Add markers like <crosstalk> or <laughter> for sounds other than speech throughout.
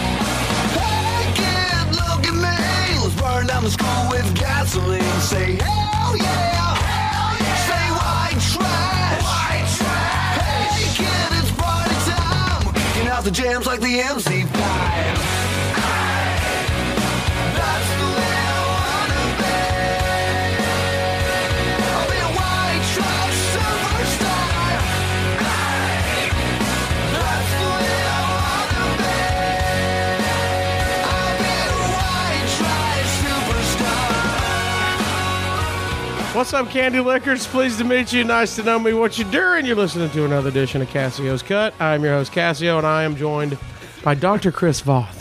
Hey kid, look at me. Let's burn down the school with gasoline. Say hell yeah. Hell yeah. Say white trash. White trash. Hey kid, it's party time. We're kicking out the jams like the MC5. That's the way I wanna be. I'll be a white trash superstar. That's the way I wanna be. I'll be a white trash superstar. What's up, Candy Lickers? Pleased to meet you. Nice to know me. What you doing? You're listening to another edition of Cassio's Cut. I'm your host Cassio, and I am joined by Dr. Chris Voth.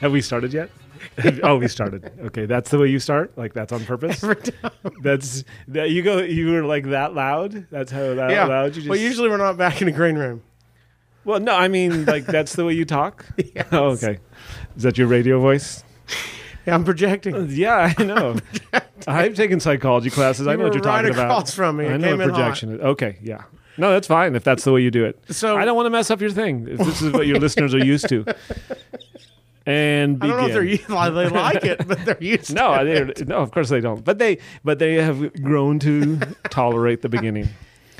Have we started yet? <laughs> oh, we started. Okay, that's the way you start. Like that's on purpose. <laughs> That's that you go. You were like that loud. That's how that Yeah. loud you just. Well, usually we're not back in the green room. Well, no, <laughs> I mean like that's the way you talk. Oh, okay. Is that your radio voice? Yeah, I'm projecting. Yeah, I <laughs> know. I've taken psychology classes. I You know what were you're right talking about. across from me. I It know came what in hot. projection is. Okay, yeah. No, that's fine if that's the way you do it. So- I don't want to mess up your thing. If this is what <laughs> your listeners are used to. And I don't know if begin. they're used, they like it, but they're used. to No, it. they no, of course they don't. But they but they have grown <laughs> to tolerate the beginning.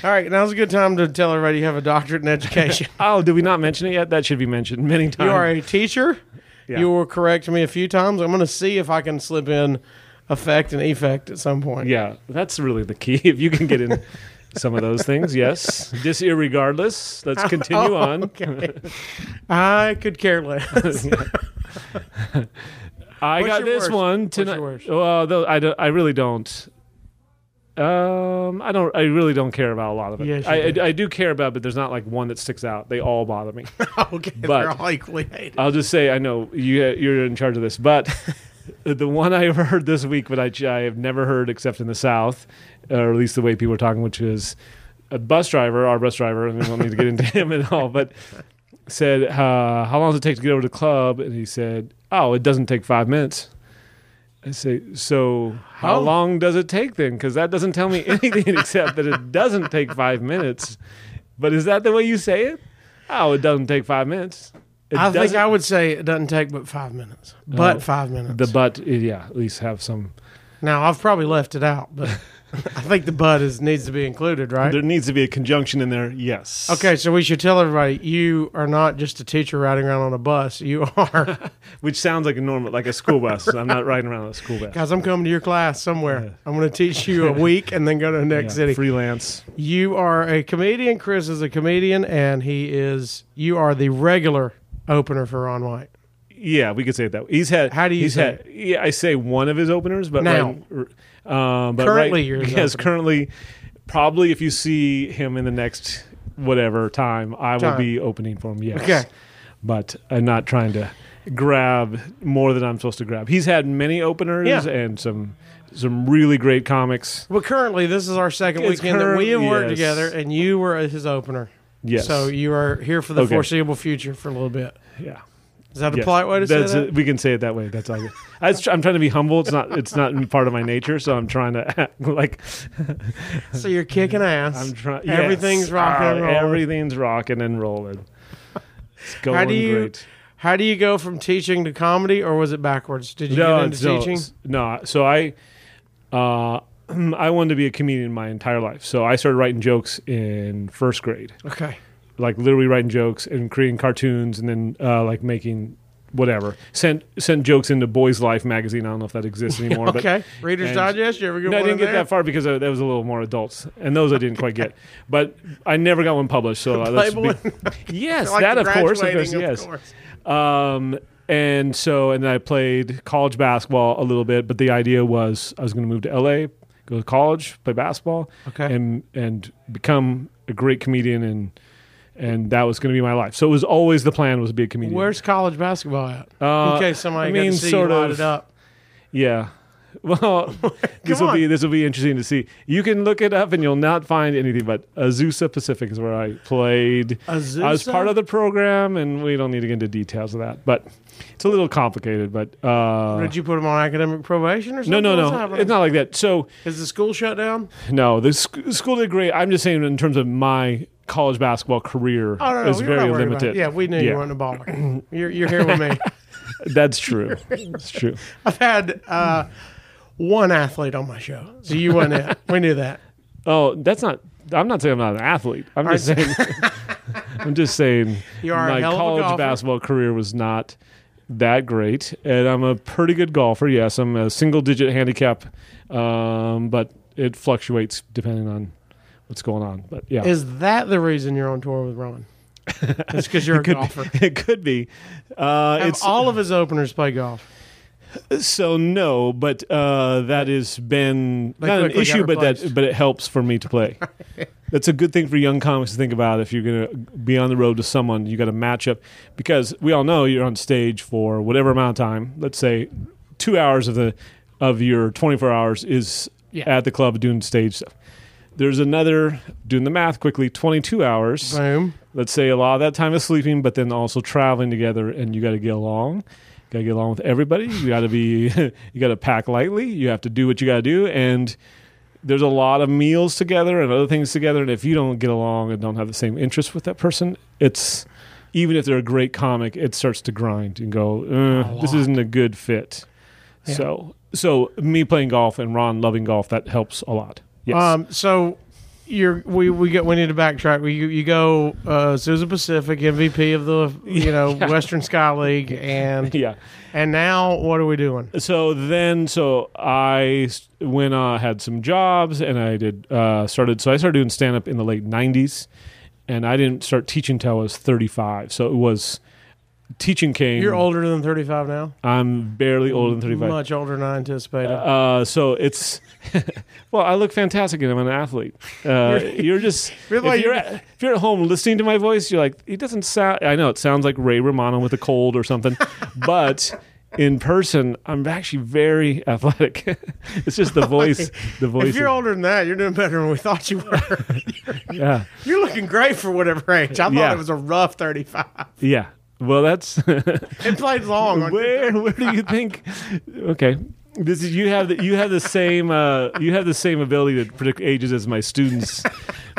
All right, now's a good time to tell everybody you have a doctorate in <laughs> education. Oh, did we not mention it yet? That should be mentioned many times. you are a teacher. Yeah. You will correct me a few times. I'm going to see if I can slip in effect and effect at some point. yeah, that's really the key. <laughs> If you can get in some of those things, yes. Just irregardless, let's continue <laughs> on. Oh, Okay. I could care less. <laughs> I What's got your this worst? one What's your tonight. worst? Well, though, I don't, I really don't. Um, I don't. I really don't care about a lot of it. Yes, you I, do. I, I do care about, but there's not like one that sticks out. They all bother me. okay, they're But- all equally hated. I'll just say I know you you're in charge of this, but <laughs> the one I heard this week, but I I have never heard except in the South, or at least the way people are talking, which is a bus driver, our bus driver, and we don't need to get into <laughs> him at all, but said, uh, "How long does it take to get over to the club?" And he said, "Oh, it doesn't take five minutes." I say, "So how Oh. long does it take then?" Because that doesn't tell me <laughs> anything except that it doesn't take five minutes. But is that the way you say it? Oh, it doesn't take five minutes. It I think doesn't- I would say it doesn't take but five minutes. But five minutes. the butt, yeah, at least have some. now I've probably left it out, <laughs> but <laughs> I think the but is needs to be included, right? There needs to be a conjunction in there. Yes. Okay, so we should tell everybody you are not just a teacher riding around on a bus. You <laughs> are, <laughs> Which sounds like a normal, like <laughs> a school bus. I'm not riding around on a school bus. guys. I'm coming to your class somewhere. I'm going to teach you a week and then go <laughs> to the Yeah, next city. Freelance. You are a comedian. Chris is a comedian, and he is. You are the regular opener for Ron White. Yeah, we could say it that. way. He's had. How do you he's say had, Yeah, I say one of his openers, but Now. right- r- um, but Currently right, your <laughs> yes, opener. currently, probably if you see him in the next whatever time, I Time. will be opening for him. Yes. Okay. But I'm not trying to grab more than I'm supposed to grab. He's had many openers Yeah. and some some really great comics. Well, currently this is our second It's weekend that we have current- worked yes. together, and you were his opener. Yes. So you are here for the Okay. foreseeable future for a little bit. yeah. Is that a Yes. polite way to That's say it. that? we can say it that way. That's all. good. I was tr- I'm trying to be humble. It's not. It's not part of my nature. So I'm trying to <laughs> act like so you're kicking ass. <laughs> I'm trying. Everything's rocking and rolling. Everything's rocking and rolling. It's going do you- great. How do you go from teaching to comedy, or was it backwards? Did you get it's- into no, teaching? it's- No. So I, uh, <clears throat> I wanted to be a comedian my entire life. So I started writing jokes in first grade. Okay. like literally writing jokes and creating cartoons and then uh, like making whatever sent sent jokes into boys life magazine i don't know if <laughs> that exists anymore Okay. but Reader's and- Digest. You ever get no, i one didn't in get there? that far because I, that was a little more adults and those i didn't quite get but i never got one <laughs> published so that's Playboy? <laughs> yes Like that of course, of graduating, course yes um, and so, and then I played college basketball a little bit, but the idea was I was going to move to LA, go to college, play basketball, Okay. and and become a great comedian, and and that was going to be my life. So it was always the plan was to be a comedian. Where's college basketball at? Uh, in case somebody I got mean, to see sort you light of- it up. yeah, <laughs> Well, <laughs> this will on. be this will be interesting to see. You can look it up and you'll not find anything. But Azusa Pacific is where I played. I was Azusa? part of the program, and we don't need to get into details of that. But it's a little complicated. But uh, Did you put him on academic probation or no, something? no, What's no, happening? it's not like that. So Is the school shut down? no, the sc- school did great. I'm just saying in terms of my college basketball career Oh no, no, is we were very not worried about limited. it. Yeah, we knew you weren't a <clears throat> baller. You're, you're here with me. <laughs> That's true. That's true. I've had uh, one athlete on my show, so you went in. We knew that. Oh, that's not. I'm not saying I'm not an athlete. I'm just saying. <laughs> I'm just saying. You are a my hell of a college golfer. basketball career was not that great, and I'm a pretty good golfer. Yes, I'm a single-digit handicap, um, but it fluctuates depending on what's going on. But yeah, Is that the reason you're on tour with Ron? It's because you're a could, golfer. <laughs> <laughs> it could be. Uh, Have it's all of his openers play golf. so no, but uh, that has been They not an quickly got issue, but that replaced. but it helps for me to play. That's a good thing for young comics to think about if you're going to be on the road to someone. You got to match up because we all know you're on stage for whatever amount of time. Let's say two hours of the of your 24 hours is Yeah. at the club doing stage stuff. There's another doing the math quickly 22 hours Boom. let's say a lot of that time is sleeping, but then also traveling together, and you got to get along. Got to get along with everybody. You got to be, <laughs> you got to pack lightly. You have to do what you got to do, and there's a lot of meals together and other things together. And if you don't get along and don't have the same interest with that person, it's even if they're a great comic, it starts to grind and go, uh, this isn't a good fit. Yeah. So, so me playing golf and Ron loving golf that helps a lot. Yes. Um, so you're we we get we need to backtrack. We you, you go uh, Sousa Pacific MVP of the you know <laughs> Western Sky League and <laughs> yeah. and now what are we doing? so then so i s- went uh, had some jobs and i did uh, started so i started doing stand up in the late 90s and i didn't start teaching till i was 35 so it was teaching came You're older than 35 now. i'm barely Mm. older than 35 Much older than I anticipated. uh, so it's <laughs> well, I look fantastic and I'm an athlete. Uh, you're just <laughs> You're if, like- you're at, if you're at home listening to my voice, you're like, it doesn't sound. I know it sounds like Ray Romano with a cold <laughs> or something, but in person, I'm actually very athletic. <laughs> <laughs> it's just the voice. The voice. if you're is- older than that, you're doing better than we thought you were. <laughs> yeah, you're looking great for whatever age. I thought Yeah. it was a rough 35. yeah. Well, that's <laughs> It played long. on- where where do you think okay this is you have the, you have the same uh, you have the same ability to predict ages as my students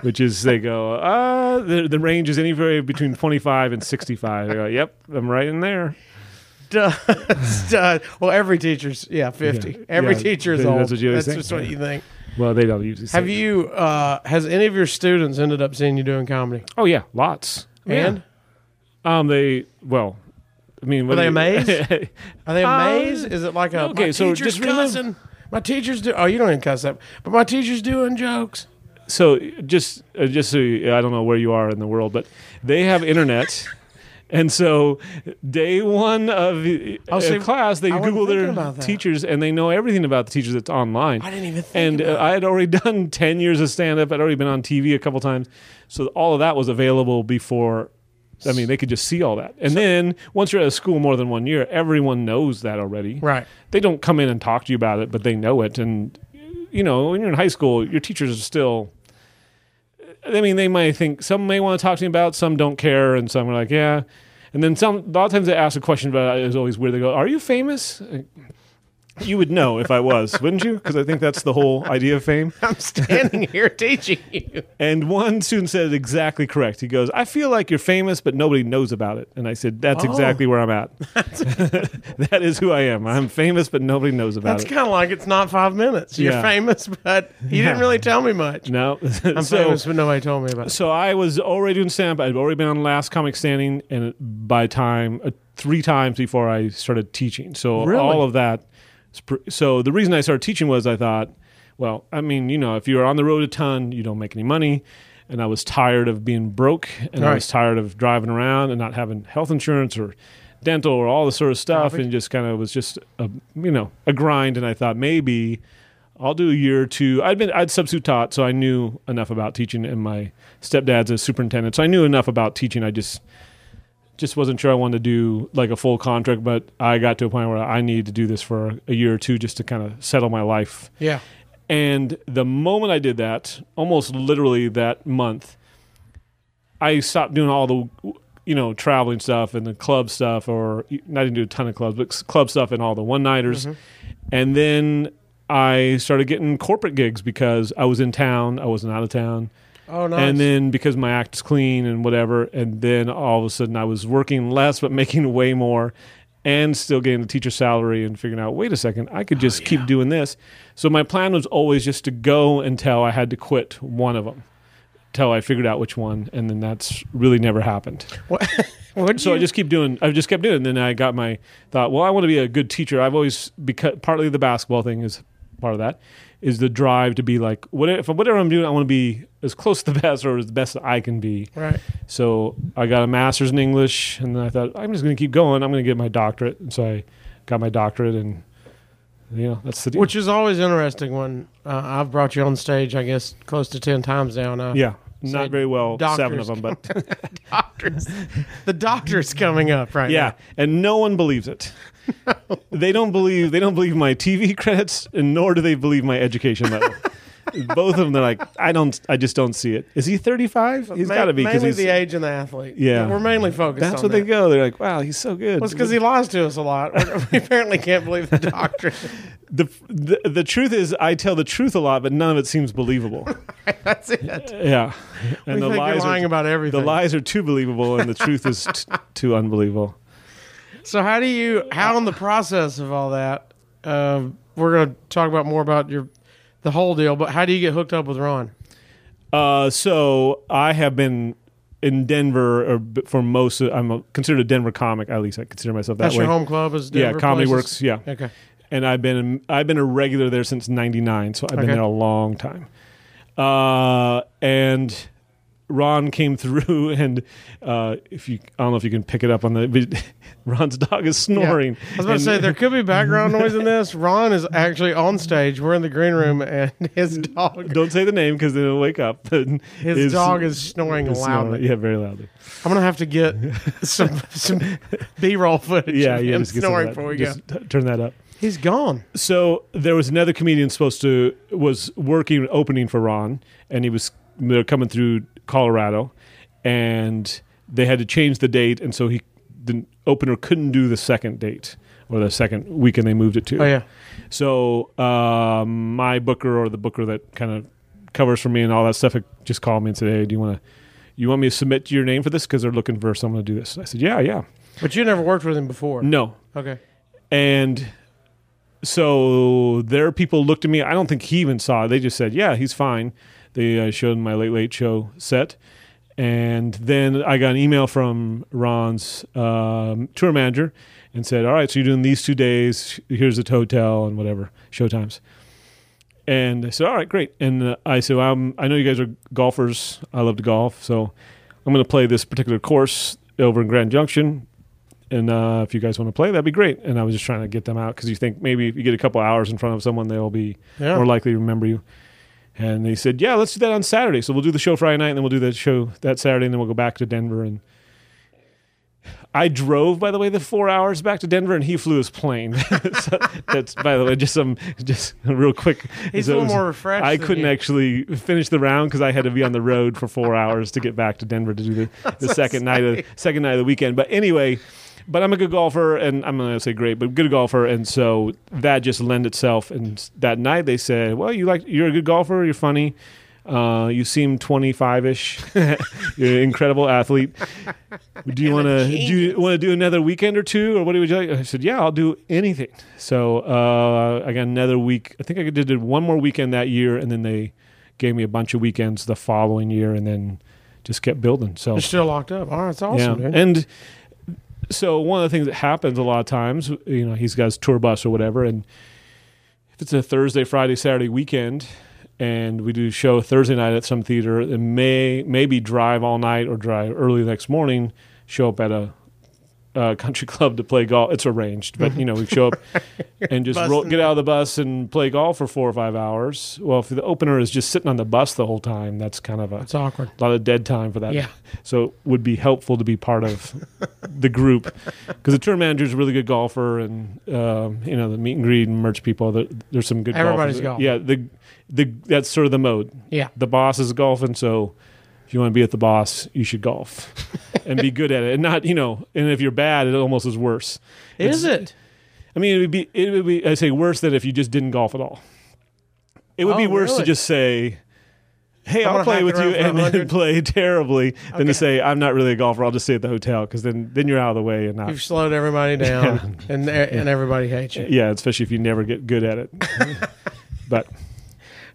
which is they go uh the, the range is anywhere between 25 and 65 I go, yep i'm right in there <laughs> does, does- well, every teacher's yeah, fifty. Yeah. Every Yeah. teacher is That's old. what you always That's think. just what you think. well they don't usually say Have you? Uh, has any of your students ended up seeing you doing comedy? that. oh yeah lots And Yeah. um they well i mean what Were do they you- <laughs> are they Uh, amazed? is it like a okay, My so teacher's just remember- cussing. my teacher's do. Oh, you don't even cuss up. But my teacher's doing jokes. so just uh, just so you, I don't know where you are in the world, but they have internet, <laughs> and so day one of uh, see, class they Oh, I wasn't thinking Google their about that. teachers and they know everything about the teachers that's online. I didn't even think. and about uh, I had already <laughs> done ten years of stand up. I'd already been on TV a couple times, so all of that was available before. I mean, they could just see all that. And then once you're at a school more than one year, everyone knows that already it. right. they don't come in and talk to you about it, but they know it. And you know, when you're in high school, your teachers are still. I mean, they might think some may want to talk to you about, some don't care, and some are like, yeah. And then some. A lot of times they ask a question about it. It's always weird. They go, "Are you famous?" Like, You would know if I was, <laughs> wouldn't you? Because I think that's the whole idea of fame. <laughs> I'm standing here <laughs> teaching you. And one student said it exactly correct. He goes, I feel like you're famous, but nobody knows about it. And I said, That's Oh. exactly where I'm at. <laughs> <laughs> that is who I am. I'm famous, but nobody knows about That's it. kind of like it's not five minutes. You're Yeah. famous, but you didn't Yeah. really tell me much. No, <laughs> I'm so, famous, but nobody told me about. it. So I was already doing stand up. I'd already been on Last Comic Standing, and by time uh, three times before I started teaching. So Really? all of that. is pr- So the reason I started teaching was I thought, well, I mean, you know, if you're on the road a ton, you don't make any money. And I was tired of being broke, and I Right. was tired of driving around and not having health insurance or dental or all this sort of stuff, and just kind of was just a you know a grind. And I thought maybe I'll do a year or two. I'd been I'd substitute taught, so I knew enough about teaching, and my stepdad's a superintendent, so I knew enough about teaching. I just just wasn't sure I wanted to do like a full contract, but I got to a point where I needed to do this for a year or two just to kind of settle my life. Yeah. And the moment I did that, almost literally that month, I stopped doing all the, you know, traveling stuff and the club stuff, or I didn't do a ton of clubs, but s- club stuff and all the one nighters. And then I started getting corporate gigs because I was in town, I wasn't out of town. Oh, nice. And then because my act is clean and whatever, and then all of a sudden I was working less but <laughs> making way more and still getting the teacher salary and figuring out, wait a second, I could just keep doing this. So my plan was always just to go until I had to quit one of them, until I figured out which one. And then that's really never happened. What'd So you- I just keep doing. I just kept doing. And then I got my thought. Well, I want to be a good teacher. I've always because partly the basketball thing is part of that is the drive to be like whatever. If, whatever I'm doing, I want to be as close to the best or as the best that I can be. right. So I got a master's in English, and then I thought I'm just going to keep going. I'm going to get my doctorate. And so I got my doctorate, and you know that's the deal. Which is always interesting when uh, I've brought you on stage, I guess, close to 10 times now. Now. yeah, Say not very well. Seven doctors of them, <laughs> but Doctors. <laughs> the doctor's coming up right Yeah, and no one <laughs> believes it. They don't believe they don't believe my TV credits, and nor do they believe my <laughs> education level. Both of them, they're like, I don't, I just don't see it. Is he thirty five? He's Ma- got to be because mainly he's. the age and the athlete. Yeah. we're mainly focused. that's on what that. they go. They're like, wow, he's so good. Well, it's because he lies to us a lot. <laughs> we apparently can't believe the <laughs> doctor. the, the the truth is, I tell the truth a lot, but none of it <laughs> seems believable. That's it. yeah, we and think you're lying are, about the everything. lies are too believable, and the truth is t- too unbelievable. So how do you? How in the process of all that? Uh, we're going to talk about more about your the whole deal. But how do you get hooked up with Ron? Uh, so I have been in Denver or b- for most. Of, I'm a, considered a Denver comic. At least I consider myself that That's way. your home club. Is yeah, Denver Comedy places? Works. Yeah, Okay. and I've been I've been a regular there since '99, so I've been Okay. there a long time. Uh, and Ron came <laughs> through, and uh, if you I don't know if you can pick it up on the <laughs> but Ron's dog is Yeah. snoring. I was about And- to say there could be <laughs> background noise in this. Ron is actually on stage. We're in the green room, and <laughs> his dog, <laughs> Don't say the name because then he'll wake up. <laughs> His his dog is snoring loudly. Yeah, very loudly. I'm gonna have to get <laughs> some some B-roll footage. <laughs> Yeah, of yeah. him Just get some of snoring that. before we go. Just t- turn that up. He's gone. so there was another comedian supposed to was working opening for Ron, and he was they're coming through Colorado, and they had to change the date, and so he the opener couldn't do the second date or the second weekend they moved it to. Oh yeah, So uh, my booker or the booker that kind of covers for me and all that stuff had just called me and said, "Hey, do you want to you want me to submit your name for this because they're looking for someone to do this?" I said, "Yeah, yeah." but you never worked with him before. No, Okay. and so their people looked at me. I don't think he even saw it. They just said, "Yeah, he's fine." They uh, showed my Late Late Show set, and then I got an email from Ron's um, tour manager and said, "All right, so you're doing these two days. Here's the hotel and whatever show times." And I said, "All right, great." And uh, I said, well, I'm, "I know you guys are golfers. I love to golf, so I'm going to play this particular course over in Grand Junction and uh, if you guys want to play, that'd be great. And I was just trying to get them out because you think maybe if you get a couple hours in front of someone, they'll be Yeah. more likely to remember you. And they said, "Yeah, let's do that on Saturday. So we'll do the show Friday night, and then we'll do that show that Saturday, and then we'll go back to Denver." And I drove, by the way, the four hours back to Denver, and he flew his plane. <laughs> So that's, by the way, just some, just <laughs> real quick. He's So a it little was- more refreshed. I than couldn't you. actually finish the round because I had to be on the road <laughs> for four hours to get back to Denver to do the, the second night of second night of the weekend. But anyway, but I'm a good golfer, and I'm not gonna say great, but good golfer, and so that just lend itself. And s- that night they said, "Well, you like you're a good golfer, you're funny, uh, you seem 25 ish, <laughs> you're an incredible athlete. Do you want to do you want to do another weekend or two, or what do you like?" I said, "Yeah, I'll do anything." So uh, I got another week. I think I did one more weekend that year, and then they gave me a bunch of weekends the following year, and then just kept building. So You're still locked up. All right, it's awesome, dude. and so one of the things that happens a lot of times, you know, he's got his tour bus or whatever, and if it's a Thursday, Friday, Saturday weekend, and we do show Thursday night at some theater, and may maybe drive all night or drive early the next morning, show up at a <laughs> uh, country club to play golf. It's arranged, but you know we <laughs> show up and just roll, Busting. get out of the bus and play golf for four or five hours. Well, if the opener is just sitting on the bus the whole time, that's kind of a It's awkward. a lot of dead time for that. Yeah. So it would be helpful to be part of the group because the tour manager is a really good golfer, and um, you know the meet and greet and merch people. There, there's some good. Everybody's golfers. Uh, golfing. Yeah. The the that's sort of the mode. Yeah. The boss is golfing, so if you want to be at the boss, you should golf and be good at it, and not you know. And if you're bad, it almost is worse. Is it? I mean, it would be it would be I say worse than if you just didn't golf at all. It would be Oh, worse really? to just say, "Hey, I'm gonna i will play hack with it you," around for and then 100. play terribly, than Okay. to say, "I'm not really a golfer. I'll just stay at the hotel," because then then you're out of the way and not. You've slowed everybody down, and and everybody hates you. <laughs> yeah, especially if you never get good at it. <laughs> but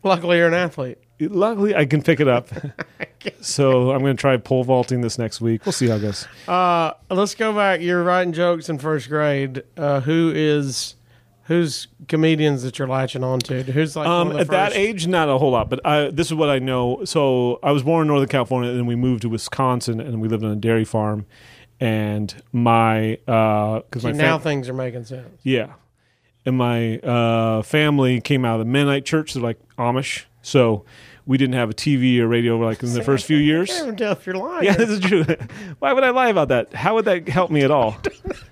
Luckily, you're an athlete. luckily, I can pick <laughs> it up. so I'm going to try pole vaulting this next week. We'll see how it goes. Uh, let's go back. You're writing jokes in first grade. Uh, who is who's comedians that you're latching on to? Who's like one Um, of at the that first- age, not a whole lot, but I, this is what I know. So I was born in Northern California, and then we moved to Wisconsin, and we lived on a dairy farm. And my because my See, now fam- things are making sense. yeah, and my uh, family came out of the Mennonite church. They're like Amish, so we didn't have a TV or radio like in the first few years. I can't even tell if you're lying. <laughs> Yeah, this is true. Why would I lie about that? How would that help me at all? <laughs>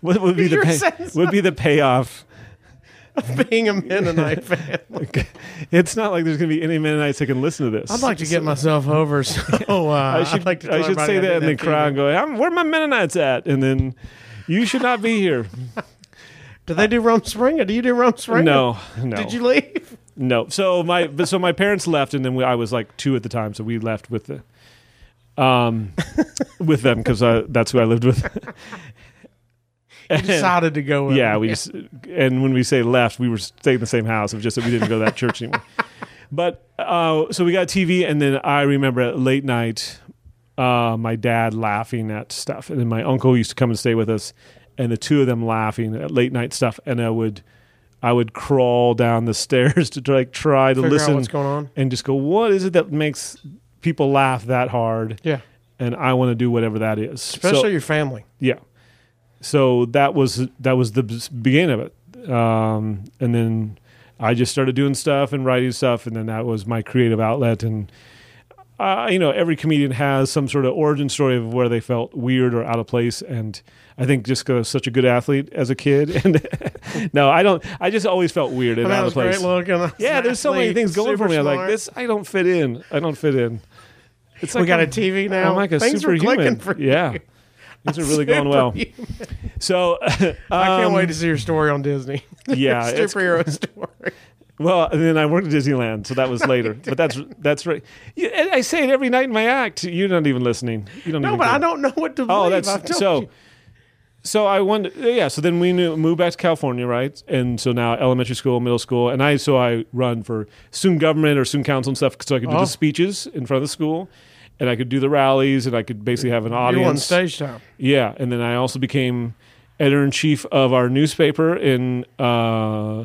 What would be the You're pay- saying would be the payoff? <laughs> <laughs> being a Mennonite fan. It's not like there's going to be any Mennonites that can listen to this. I'd like to <laughs> get myself over. So uh, I should I'd like to. I tell should everybody say did that in the too. crowd. and Go, I'm, where are my Mennonites at? And then you should not <laughs> be here. Do they do Rum Springer? Do you do Rum Springer? no, no, Did you <laughs> leave? no. So my but so my parents left, and then we, I was like two at the time, so we left with the, um, with them because that's who I lived with. <laughs> And- Decided to go. With yeah, them. we just and when we say left, we were staying in the same house. It was just that we didn't go to <laughs> that church anymore. But uh, so we got TV, and then I remember at late night, uh, my dad laughing at stuff, and then my uncle used to come and stay with us, and the two of them laughing at late night stuff, and I would. I would crawl down the <laughs> stairs to like try to Figure out listen what's going on. and just go, what is it that makes people laugh that hard? Yeah, And I want to do whatever that is. So- especially your family. yeah. So that was that was the b- beginning of it, um, and then I just started doing stuff and writing stuff, and then that was my creative outlet. And uh, you know, every comedian has some sort of origin story of where they felt weird or out of place. And I think just 'cause I was such a good athlete as a kid, <laughs> and no, I don't. I just always felt weird and I mean, I out was of place. great looking. <laughs> I was Yeah, an there's so many athlete, things going for super me. I'm like, smart. this, I don't fit in. I don't fit in. It's We got a I'm- TV now. I'm like a Things are superhuman. clicking for you. yeah, things are <laughs> really going well. Superhuman. So <laughs> um, I can't wait to see your story on Disney. yeah, it's, <laughs> Superhero story. well, and then I worked at Disneyland, so <laughs> that was later. but that's that's right. Yeah, and I say it every night in my act. You're not even listening. You don't. No, even but care. <laughs> I don't know what to believe. Oh, I've told that's so. you. So I wonder. Yeah. So then we knew, moved back to California, right? And so now elementary school, middle school, and I so I run for student government or student council and stuff, so I could do Oh. the speeches in front of the school, and I could do the rallies, and I could basically have an You won audience. stage time. Yeah, and then I also became editor in chief of our newspaper in uh,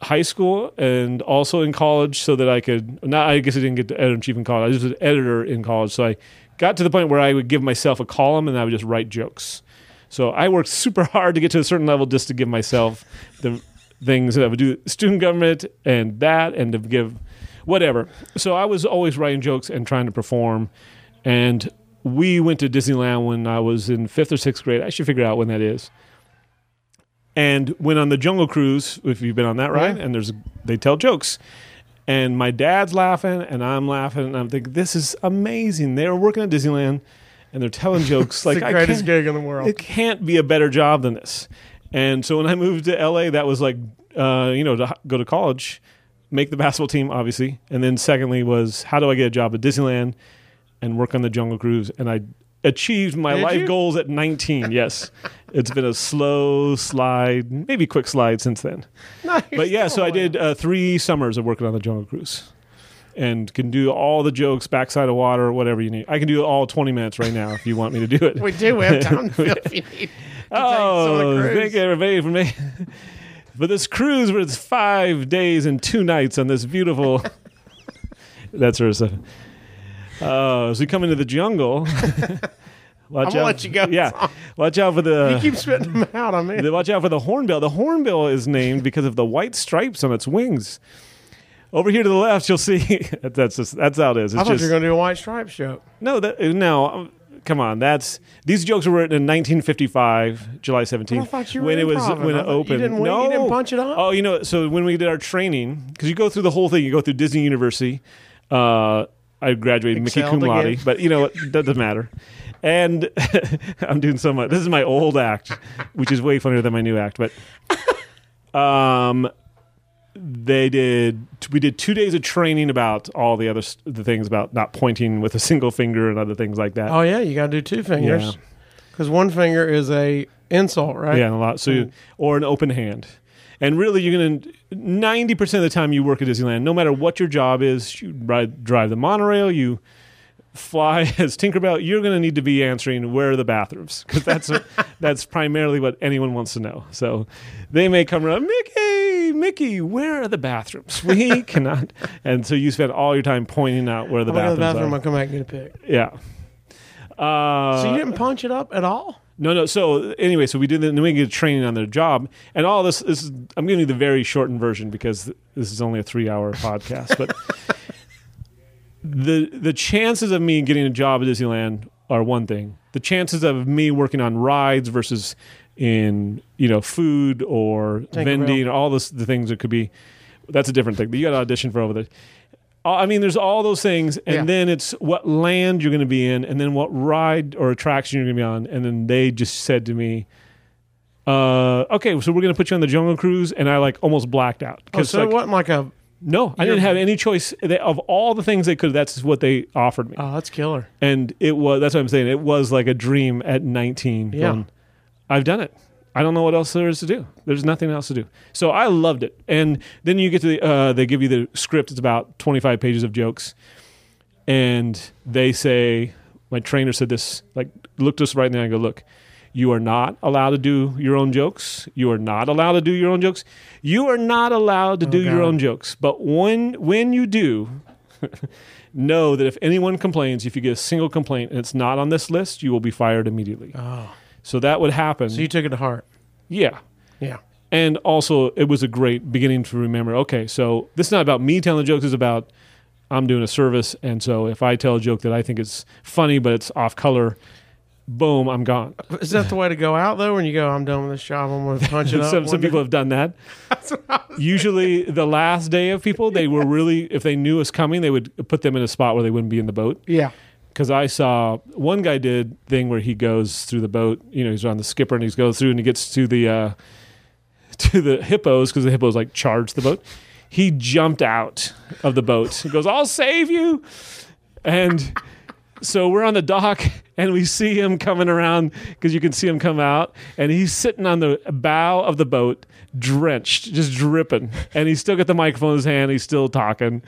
high school and also in college, so that I could. Not, I guess I didn't get to editor in chief in college. I just was editor in college, so I got to the point where I would give myself a column and I would just write jokes. So I worked <laughs> super hard to get to a certain level just to give myself the things that I would do student government and that and to give whatever. So I was always writing jokes and trying to perform. And we went to Disneyland when I was in fifth or sixth grade. I should figure out when that is. And went on the Jungle Cruise, if you've been on that ride, Yeah. and there's they tell jokes. And my dad's laughing and I'm laughing and I'm thinking, this is amazing. They're working at Disneyland and they're <laughs> telling jokes like the I greatest can't- gig in the world. <laughs> it can't be a better job than this. And so when I moved to LA, that was like, uh, you know, to h- go to college, make the basketball team, obviously. And then secondly was, how do I get a job at Disneyland and work on the Jungle Cruise? And I achieved my Did life you? goals at <laughs> 19. Yes. it's been a slow slide, maybe quick slide since then. No, you're But yeah, still so I winning. did uh, three summers of working on the Jungle Cruise. And can do all the jokes, backside of water, whatever you need. I can do all 20 minutes right now if you want me to do it. We do. We <laughs> have time to fill if you need. Oh, cruise. thank everybody for me. But this cruise was five days and two nights on this beautiful. <laughs> that sort of stuff. Uh, so we come into the jungle, <laughs> Watch I'm gonna out. let you go. Yeah, watch out for the. <laughs> You keep spitting them out on me. They watch out for <laughs> the hornbill. The hornbill is named because of the white stripes on its wings. Over here to the left, you'll see. <laughs> that's just, that's how it is. It's I thought just, you were going to do a white stripe show. no, that, no. um, Come on, that's these jokes were written in 1955, July 17th, I thought you were when it was improv-ing. when I it thought you opened. didn't wait, no, you didn't punch it up? Oh, you know, so when we did our training, because you go through the whole thing, you go through Disney University. Uh, I graduated Mickey Excelled cum laude, again. but you know what? That doesn't matter. And <laughs> I'm doing so much. This is my old act, which is way funnier than my new act. But um, they did we did two days of training about all the other s- the things about not pointing with a single finger and other things like that Oh yeah, you got to do two fingers because one finger is a insult, right? Mm. yeah and a lot so you, or an open hand and really you're gonna 90% of the time you work at disneyland no matter what your job is you ride, drive the monorail you fly <laughs> as tinkerbell you're gonna need to be answering where are the bathrooms <laughs> because that's that's primarily what anyone wants to know so they may come around mickey mickey where are the bathrooms <laughs> we cannot and so you spend all your time pointing out where the I'm gonna go to the bathroom. bathrooms are I'll come back and get a pick. Yeah. Uh, So you didn't punch it up at all? Oh, no, no. So anyway, so we did the New England training on their job, and all this. This is I'm giving you the very shortened version because th- this is only a three hour <laughs> podcast. But the the chances of me getting a job at Disneyland are one thing. The chances of me working on rides versus in you know food or Tinkerbell. vending, all this the things that could be. That's a different thing. You got to audition for over there. Uh, I mean, there's all those things, and Yeah. then it's what land you're going to be in, and then what ride or attraction you're going to be on, and then they just said to me, uh, "Okay, so we're going to put you on the Jungle Cruise," and I like almost blacked out Oh, so like, it wasn't like a no, I didn't have any choice They- of all the things they could. That's what they offered me, oh, that's killer. and it was that's what I'm saying. It was like a dream at 19. Yeah. going, I've done it. I don't know what else there is to do. There's nothing else to do. So I loved it. And then you get to the, uh, they give you the script. It's about 25 pages of jokes. And they say, my trainer said this, like, looked us right in the eye and go, look, you are not allowed to do your own jokes. You are not allowed to do your own jokes. You are not allowed to do your Oh, God. own jokes. But when, when you do, <laughs> know that if anyone complains, if you get a single complaint and it's not on this list, you will be fired immediately. Oh, So that would happen. so you took it to heart? yeah. Yeah. And also, it was a great beginning to remember. Okay, so this is not about me telling jokes. It's about I'm doing a service, and so if I tell a joke that I think is funny but it's off color, boom, I'm gone. Is that the way to go out though? When you go, I'm done with this job. I'm going to punch it <laughs> up. some some one day?" people have done that. Usually, the last day of people, they were really if they knew us coming, they would put them in a spot where they wouldn't be in the boat. Yeah. because I saw one guy did thing where he goes through the boat. You know, he's on the skipper and he's goes through and he gets to the uh, <laughs> to the hippos because the hippos like charge the boat. He jumped out of the boat. He goes, "I'll save you," and so we're on the dock and we see him coming around because you can see him come out and he's sitting on the bow of the boat drenched just dripping and he's still got the microphone in his hand he's still talking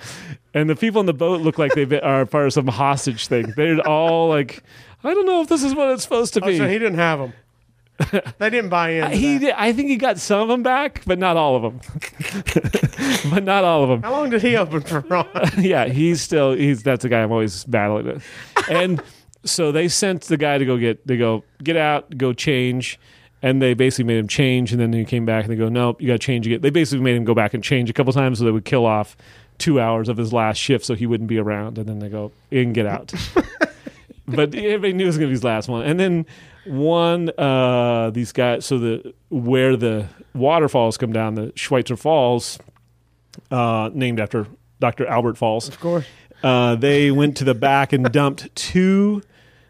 and the people in the boat look like they have are part of some hostage thing they're all like i don't know if this is what it's supposed to Oh, be so he didn't have <laughs> them. they didn't buy in. to Uh, he that. did, i think he got some of them back but not all of them <laughs> but not all of them How long did he open for Ron? yeah, he's still he's that's the guy I'm always battling with. And so they sent the guy to go get they go get out, go change, and they basically made him change, and then he came back and they go nope, you got to change again. They basically made him go back and change a couple times so they would kill off two hours of his last shift so he wouldn't be around, and then they go in get out. but everybody knew it was going to be his last one. And then one, uh, these guys, so the where the waterfalls come down, the Schweitzer Falls, uh, named after Dr. Albert <laughs> Falls. Of course. Uh, they went to the back and dumped two,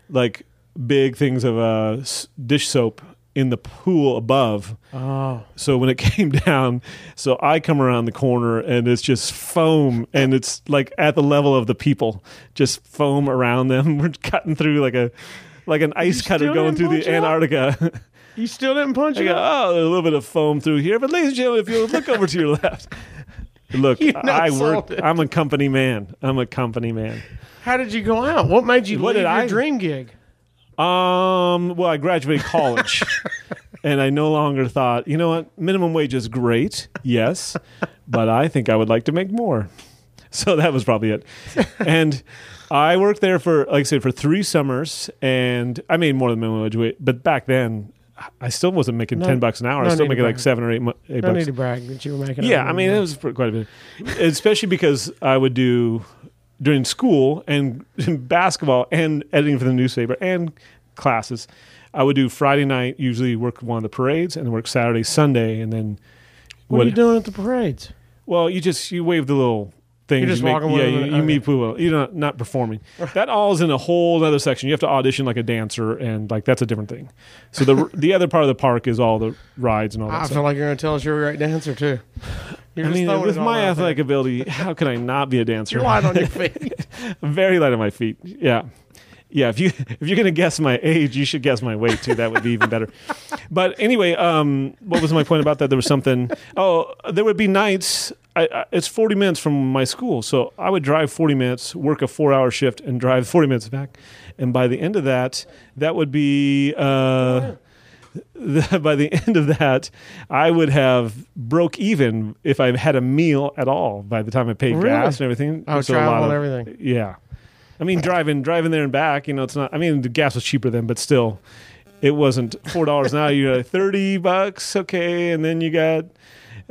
like big things of uh, s- dish soap in the pool above. Oh, So when it <laughs> came down, so I come around the corner and it's just foam and it's like at the level of the people, just foam around them. <laughs> We're cutting through like a like an ice cutter still going didn't through punch the it up? Antarctica. <laughs> you still didn't punch I it go, up? oh, there's a little bit of foam through here. But ladies and gentlemen, if you look over to your <laughs> left, <laughs> look, You know I it's work. salted. I'm a company man. I'm a company man. How did you go out? What made you What leave your did I- dream gig? Um, well, I graduated college, <laughs> and I no longer thought, you know what, minimum wage is great, yes, but I think I would like to make more. So that was probably it. And I worked there for, like I said, for three summers, and I made more than minimum wage. wa- But back then, I still wasn't making No- ten bucks an hour. no I was still need to making like brag. seven or eight, mu- eight No bucks. need to brag that you were making. Yeah, I mean, it was for quite a bit, especially because I would do during school and <laughs> basketball and editing for the newspaper and classes. I would do Friday night, usually work one of the parades, and work Saturday, Sunday, and then what, are you doing at the parades? Well, you just you wave the little thing. You're just you walking with Yeah, them you, and- you okay. meet people. You're not, not <laughs> performing. that all is in a whole other section. You have to audition like a dancer, and like that's a different thing. <laughs> So the the other part of the park is all the rides and all that. I stuff. feel like you're going to tell us you're a great dancer too. You're Oh, I just mean, throwing with it all my out there. athletic ability, how can I not be a dancer? you're <laughs> lying on your feet. Very light on my feet. Yeah, yeah. If you <laughs> if you're gonna guess my age, you should guess my weight too. That would be even <laughs> better. But anyway, um, what was my point about that? There was something. Oh, there would be nights. I, I, it's 40 minutes from my school, so I would drive 40 minutes, work a four-hour shift, and drive <laughs> 40 minutes back. And by the end of that, that would be. Uh, <laughs> the, by the end of that, I would have broke even if I had a meal at all by the time I paid Really? gas and everything. Oh, a lot travel and of- everything. Yeah, I mean driving driving there and back. You know, it's not. I mean, the gas was cheaper then, but still, it wasn't four dollars an hour. You got thirty bucks, okay, and then you got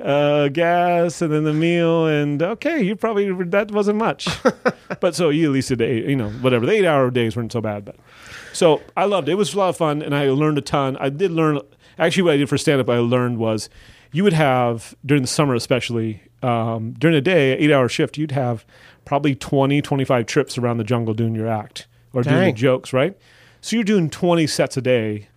uh gas and then the meal and okay you probably that wasn't much but so you at least did the eight you know whatever the eight hour days weren't so bad but so I loved it. It was a lot of fun, and I learned a ton. I did learn actually what I did for stand up. I learned was you would have during the summer, especially um, during the day, eight hour shift. You'd have probably 20, 25 trips around the jungle doing your act or doing Dang. the jokes, right? So you're doing twenty sets a day.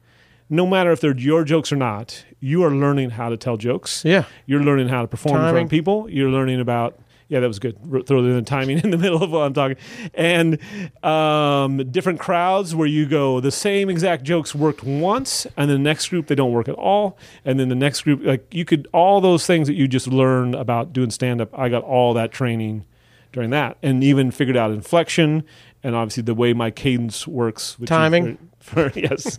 No matter if they're your jokes or not, you are learning how to tell jokes. Yeah. You're learning how to perform in front Timing. of people. You're learning about yeah, that was good. R- Throw the timing <laughs> in the middle of what I'm talking, and um, different crowds where you go the same exact jokes worked once, and the next group they don't work at all, and then the next group like you could all those things that you just learned about doing stand up. I got all that training during that, and even figured out inflection and obviously the way my cadence works, which is Timing. <laughs> for, for yes.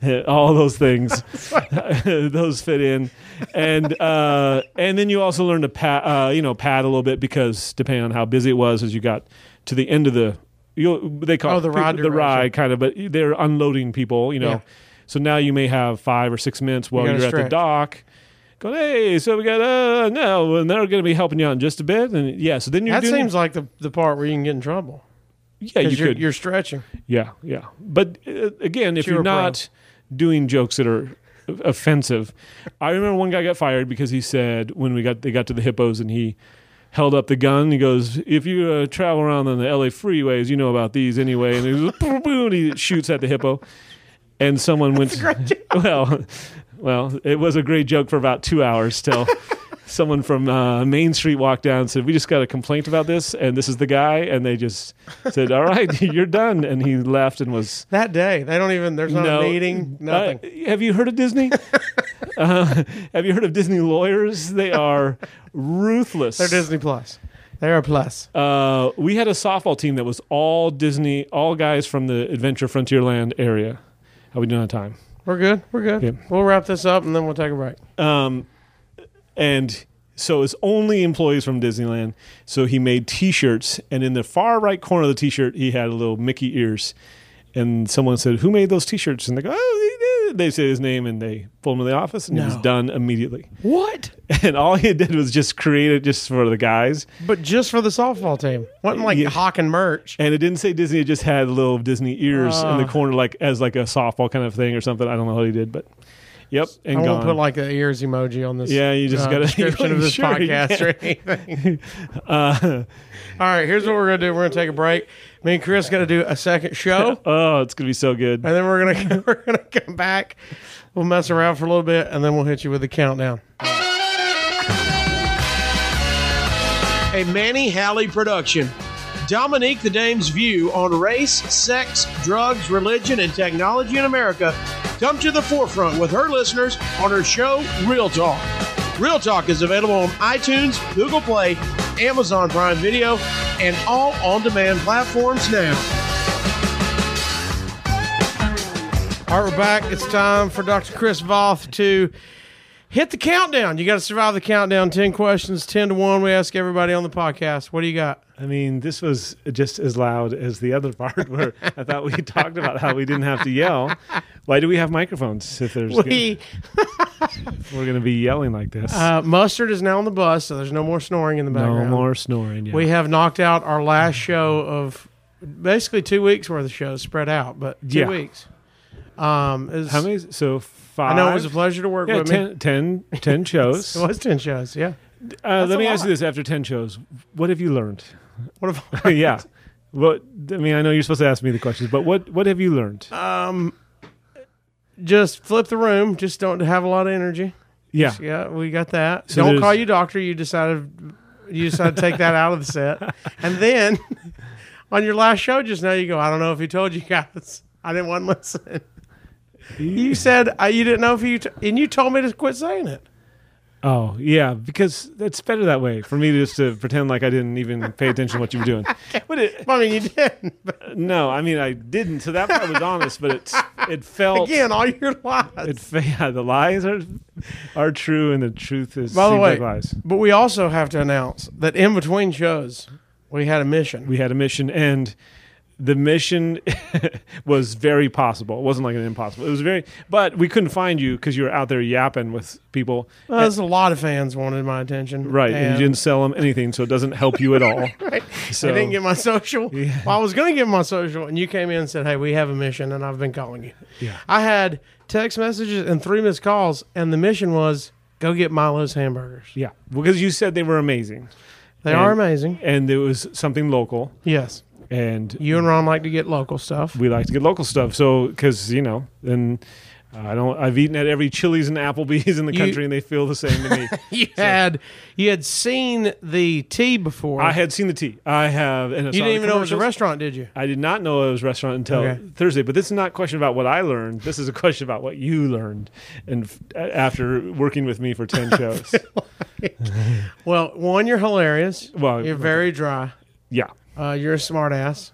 Yeah, <laughs> all <laughs> those things <laughs> those fit in and uh, and then you also learn to pat uh, you know pad a little bit because depending on how busy it was as you got to the end of the you they call Oh, it the ride the duration. ride kind of but they're unloading people you know Yeah. so now you may have five or six minutes while You you gotta are at the stretch. dock going hey so we got uh no and they're going to be helping you out in just a bit and yeah so then you're That doing seems like the, the part where you can get in trouble. yeah you Because you are could you're stretching. yeah, yeah. But uh, again, if You're you're a pro. not doing jokes that are offensive, I remember one guy got fired because he said when we got they got to the hippos and he held up the gun. He goes, "If you uh, travel around on the LA freeways, you know about these anyway." And he, goes, <laughs> "Boom, boom," and he shoots at the hippo, and someone went. <laughs> well, well, it was a great joke for about two hours till. Someone from uh, Main Street walked down and said, "We just got a complaint about this, and this is the guy." And <laughs> they just said, "All right, <laughs> you're done." And he left and was That day, they don't even. There's not a no meeting. Uh, Nothing. have you heard <laughs> of Disney? uh, have you heard of Disney lawyers? They are ruthless. They're Disney Plus. They are plus. Uh, we had a softball team that was all Disney, all guys from the Adventure Frontierland area. How we doing on time? We're good. We're good. Yeah. We'll wrap this up and then we'll take a break. Um, and so it's only employees from Disneyland. So he made T-shirts, and in the far right corner of the T-shirt, he had a little Mickey ears. And someone said, "Who made those T-shirts?" And they go, "Oh, he did." They say his name, and they pulled him to the office, and it was No. done immediately. <laughs> What? And all he did was just create it just for the guys, <laughs> But just for the softball team. Wasn't like Yeah. hawking merch. and it didn't say Disney. It just had little Disney ears in the Ah. corner, like as like a softball kind of thing or something. I don't know what he did, but yep, and I gone. won't put like the ears emoji on this. uh, Yeah, you just gotta- <laughs> description of this Sure, you Uh, podcast or <laughs> anything. All right, here's what we're gonna do. We're gonna take a break. Me and Chris gonna do a second <laughs> show. oh, it's gonna be so good. and then we're gonna <laughs> we're gonna come back. We'll mess around for a little bit, and then we'll hit you with the countdown. A Manny Halley production. Dominique the Dame's view on race, sex, drugs, religion, and technology in America come to the forefront with her listeners on her show Real Talk. Real Talk is available on iTunes, Google Play, Amazon Prime Video, and all on-demand platforms now. All right, we're back. It's time for Dr. Chris Voth to Hit the countdown. You got to survive the countdown. 10 questions, 10 to 1. We ask everybody on the podcast. What do you got? I mean, this was just as loud as the other part where I thought we <laughs> talked about how we didn't have to yell. Why do we have microphones if there's We, gonna, we're going to be yelling like this? uh, Mustard is now on the bus, so there's no more snoring in the no background. more snoring. Yeah. We have knocked out our last show of basically two weeks worth of shows spread out, but two Yeah. weeks. Um, is, how many? So I five. know it was a pleasure to work yeah, with me. ten, ten, <laughs> ten shows. It was 10 shows, yeah. uh, let a me ask lot. you this: After ten shows, what have you learned? <laughs> What if yeah. What I mean, I know you're supposed to ask me the questions, but what what have you learned? <laughs> Uh, just flip the room? Just don't have a lot of energy. yeah. Yeah, we got that. So Don't there's- call you doctor. You decided you decided to take that out of the <laughs> set, and then on your last show just now, you go, I don't know if he told you guys. I didn't want to listen. You said uh, you didn't know if you, t- and you told me to quit saying <laughs> it. Oh, yeah, because it's better that way for me just to pretend like I didn't even pay attention to what you were doing. <laughs> But it, I mean, you didn't. But no, I mean I didn't. So <laughs> that part was honest, but it's it felt again, all your lies. It, fe- <laughs> yeah, the lies are are true, and the truth is By the seems way, like lies. but we also have to announce that in between shows, we had a mission. We had a mission, and the mission <laughs> was very possible. It wasn't like an impossible. It was very, but we couldn't find you because you were out there yapping with people, Well, there's a lot of fans wanted my attention. right? And, and- you didn't sell them anything, so it doesn't help you at <laughs> all. So I didn't get my <laughs> social. Well, I was going to get my social, and you came in and said, "Hey, we have a mission," and I've been calling you. Yeah. I had text messages and three missed calls, and the mission was go get Milo's hamburgers. yeah, because you said they were amazing, They And- are amazing. and it was something local, Yes, and you and Ron like to get local stuff. we like to get local stuff. So because you know, and I don't. I've eaten at every Chili's and Applebee's in the You- country, and they feel the same to me. <laughs> <laughs> You had you had seen the tea before. I had seen the tea. I have. And I you saw didn't the even know it was a commercials. restaurant, did you? I did not know it was a restaurant until Okay. Thursday. But this is not a question about what I learned. This is a question about what you learned, and f- after working with me <laughs> for ten shows, Well, one, you're hilarious. Well, you're very dry. yeah, Uh, you're a smart ass.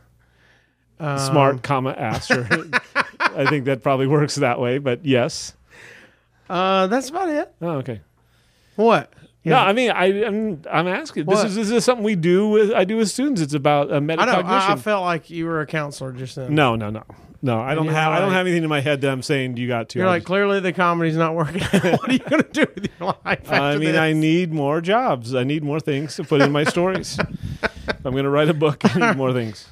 Um. smart, comma, ass. or- <laughs> I think that probably works that way. But yes. Uh, that's about it. Oh, okay. What? No, I mean, I, I'm I'm asking. This What? is this is something we do with I do with students. It's about uh, I know. metacognition. I, I felt like you were a counselor just then. no, no, no, no. I don't you're have I don't like- have anything in my head that I'm saying you got to. You're I like, just- clearly the comedy's not working. <laughs> what are you going to do with your life? <laughs> I after mean, this? I need more jobs. I need more things to put in my <laughs> stories. If I'm going to write a book. I need more things.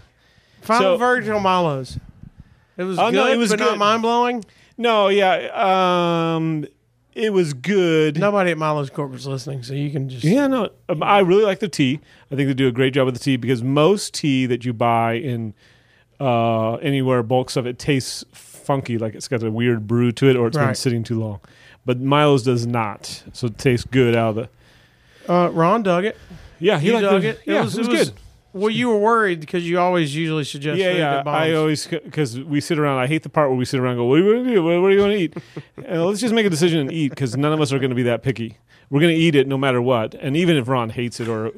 Final so- Virgil Milo's. It was Oh, good, no, it was but not good. mind blowing. No, yeah, um, it was good. Nobody at Milo's Corporate's listening, so you can just. Yeah, no, um, I really like the tea. I think they do a great job with the tea because most tea that you buy in uh, anywhere bulk stuff, it tastes funky, like it's got a weird brew to it, or it's been Right. sitting too long. But Milo's does not, so it tastes good out of the. Uh, Ron dug it. Yeah, he You liked dug the- it. Yeah, it was good. Well, you were worried because you always usually suggest yeah, food yeah. that bombs. I always because we sit around. I hate the part where we sit around. and Go, what do you want to do? What, what are you going to eat? <laughs> and let's just make a decision and eat because none of us are going to be that picky. We're going to eat it no matter what. And even if Ron hates it or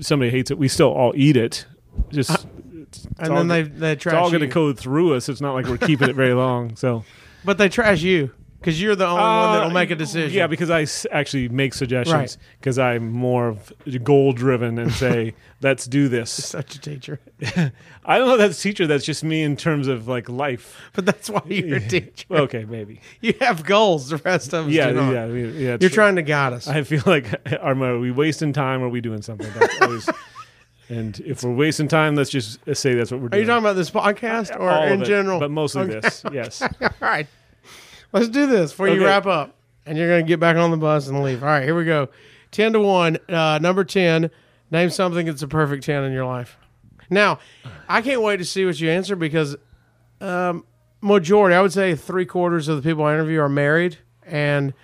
somebody hates it, we still all eat it. Ah, Just and all then good. they they it's trash all going to you. code through us. It's not like we're keeping <laughs> it very long. So but they trash you because you're the only one Uh, that'll make a decision. Yeah, because I s- actually make Right. suggestions because I'm more of goal driven and say <laughs> let's do this. such a teacher. <laughs> I don't know if that's teacher. That's just me in terms of <laughs> like life. But that's why you're a teacher. Okay, maybe. You have goals. The rest of us Yeah, do not. yeah, yeah. yeah You're it's- trying to guide us. I feel like <laughs> are, we- are we wasting time? Or are we doing something? <laughs> That's always, and if we're wasting time, let's just say that's what we're Are doing. you talking about this podcast or All of in it, general? But mostly Okay. this. <laughs> Yes. All right. Let's do this before you Okay. wrap up. And you're going to get back on the bus and leave. All right, here we go. 10 to 1. Uh, number 10. Name something that's a perfect 10 in your life. Now, I can't wait to see what you answer because um, majority, I would say three quarters of the people I interview are married. And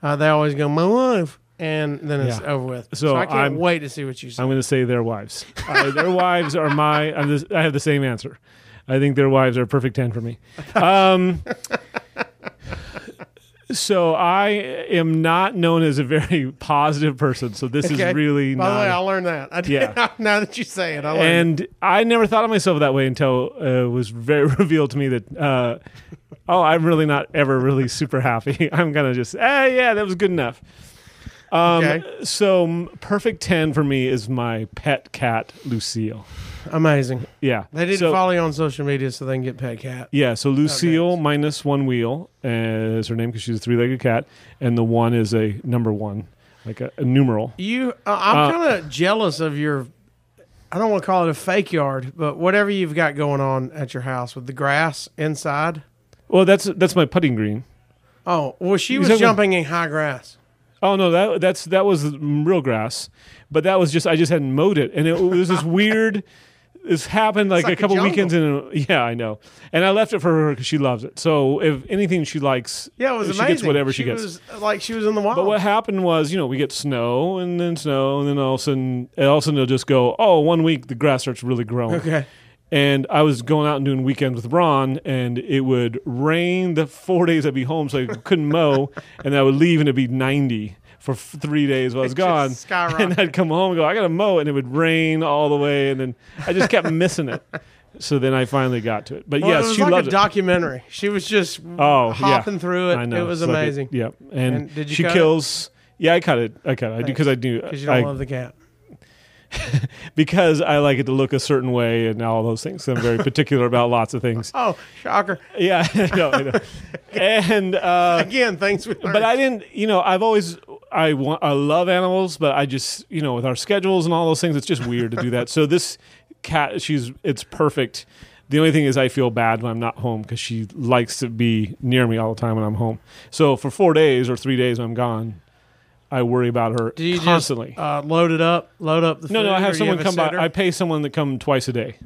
uh, they always go, my wife. And then it's Yeah. over with. So, So I can't I'm- wait to see what you say. I'm going to say their wives. Uh, their wives are my. I'm the, I have the same answer. I think their wives are a perfect ten for me. Um, <laughs> so I am not known as a very <laughs> positive person. So this Okay? is really By not. the way, I learned that. <laughs> I did. Yeah. now that you say it, I learned <laughs> and I never thought of myself that way until uh, it was very revealed to me that uh, oh, I'm really not ever really super happy. <laughs> I'm gonna just, ah, yeah, that was good enough. Um, Okay. So, m- perfect ten for me is my pet cat Lucille. Amazing. Yeah, They didn't so, follow you on social media so they can get pet cat. Yeah, so Lucille nice. minus one wheel uh, is her name because she's a three-legged cat, and the one is a number one, like a, a numeral. You, uh, I'm kind of jealous of your. I don't want to call it a fake yard, but whatever you've got going on at your house with the grass inside. Well, that's that's my putting green. Oh, well, she was Exactly. jumping in high grass. Oh no, that that's that was real grass, but that was just I just hadn't mowed it, and it, <laughs> was this weird. This happened like, like a a couple jungle. weekends in. A, yeah, I know, and I left it for her because she loves it. So if anything she likes, Yeah, it was she amazing. gets whatever she, gets. was like she was in the wild. But what happened was, you know, we get snow and then snow, and then all of a sudden, and all of a sudden, it'll just go. Oh, one week the grass starts really growing. <laughs> Okay. And I was going out and doing weekends with Ron, and it would rain the four days I'd be home, so I couldn't mow, <laughs> and I would leave, and it'd be ninety for f- three days while I was It just gone. skyrocketed. And I'd come home and go, I gotta mow, and it would rain all the way, and then I <laughs> just kept missing it. So then I finally got to it. But Well, yes, it was she like loved a it. documentary. She was just Oh, yeah. hopping through it. I know. It was It's like amazing. yeah, and, And did you she cut it? kills. Yeah, I cut it. I cut it. I do because I do. Because you I, don't love the cat. because I like it to look a certain way and all those things. I'm very particular about lots <laughs> of things. Oh, <laughs> shocker! Yeah, I know, I know. <laughs> and uh, Again, things we learned. but I didn't. You know, I've always I want I love animals, but I just you know with our schedules and all those things, it's just weird to do that. So this cat, she's it's perfect. The only thing is, I feel bad when I'm not home because she likes to be near me all the time when I'm home. So for four days or three days, when I'm gone. I worry about her Do you constantly. just uh, load it up? Load up the no, food, no, I or have you someone a come by. sitter? I pay someone to come twice a day.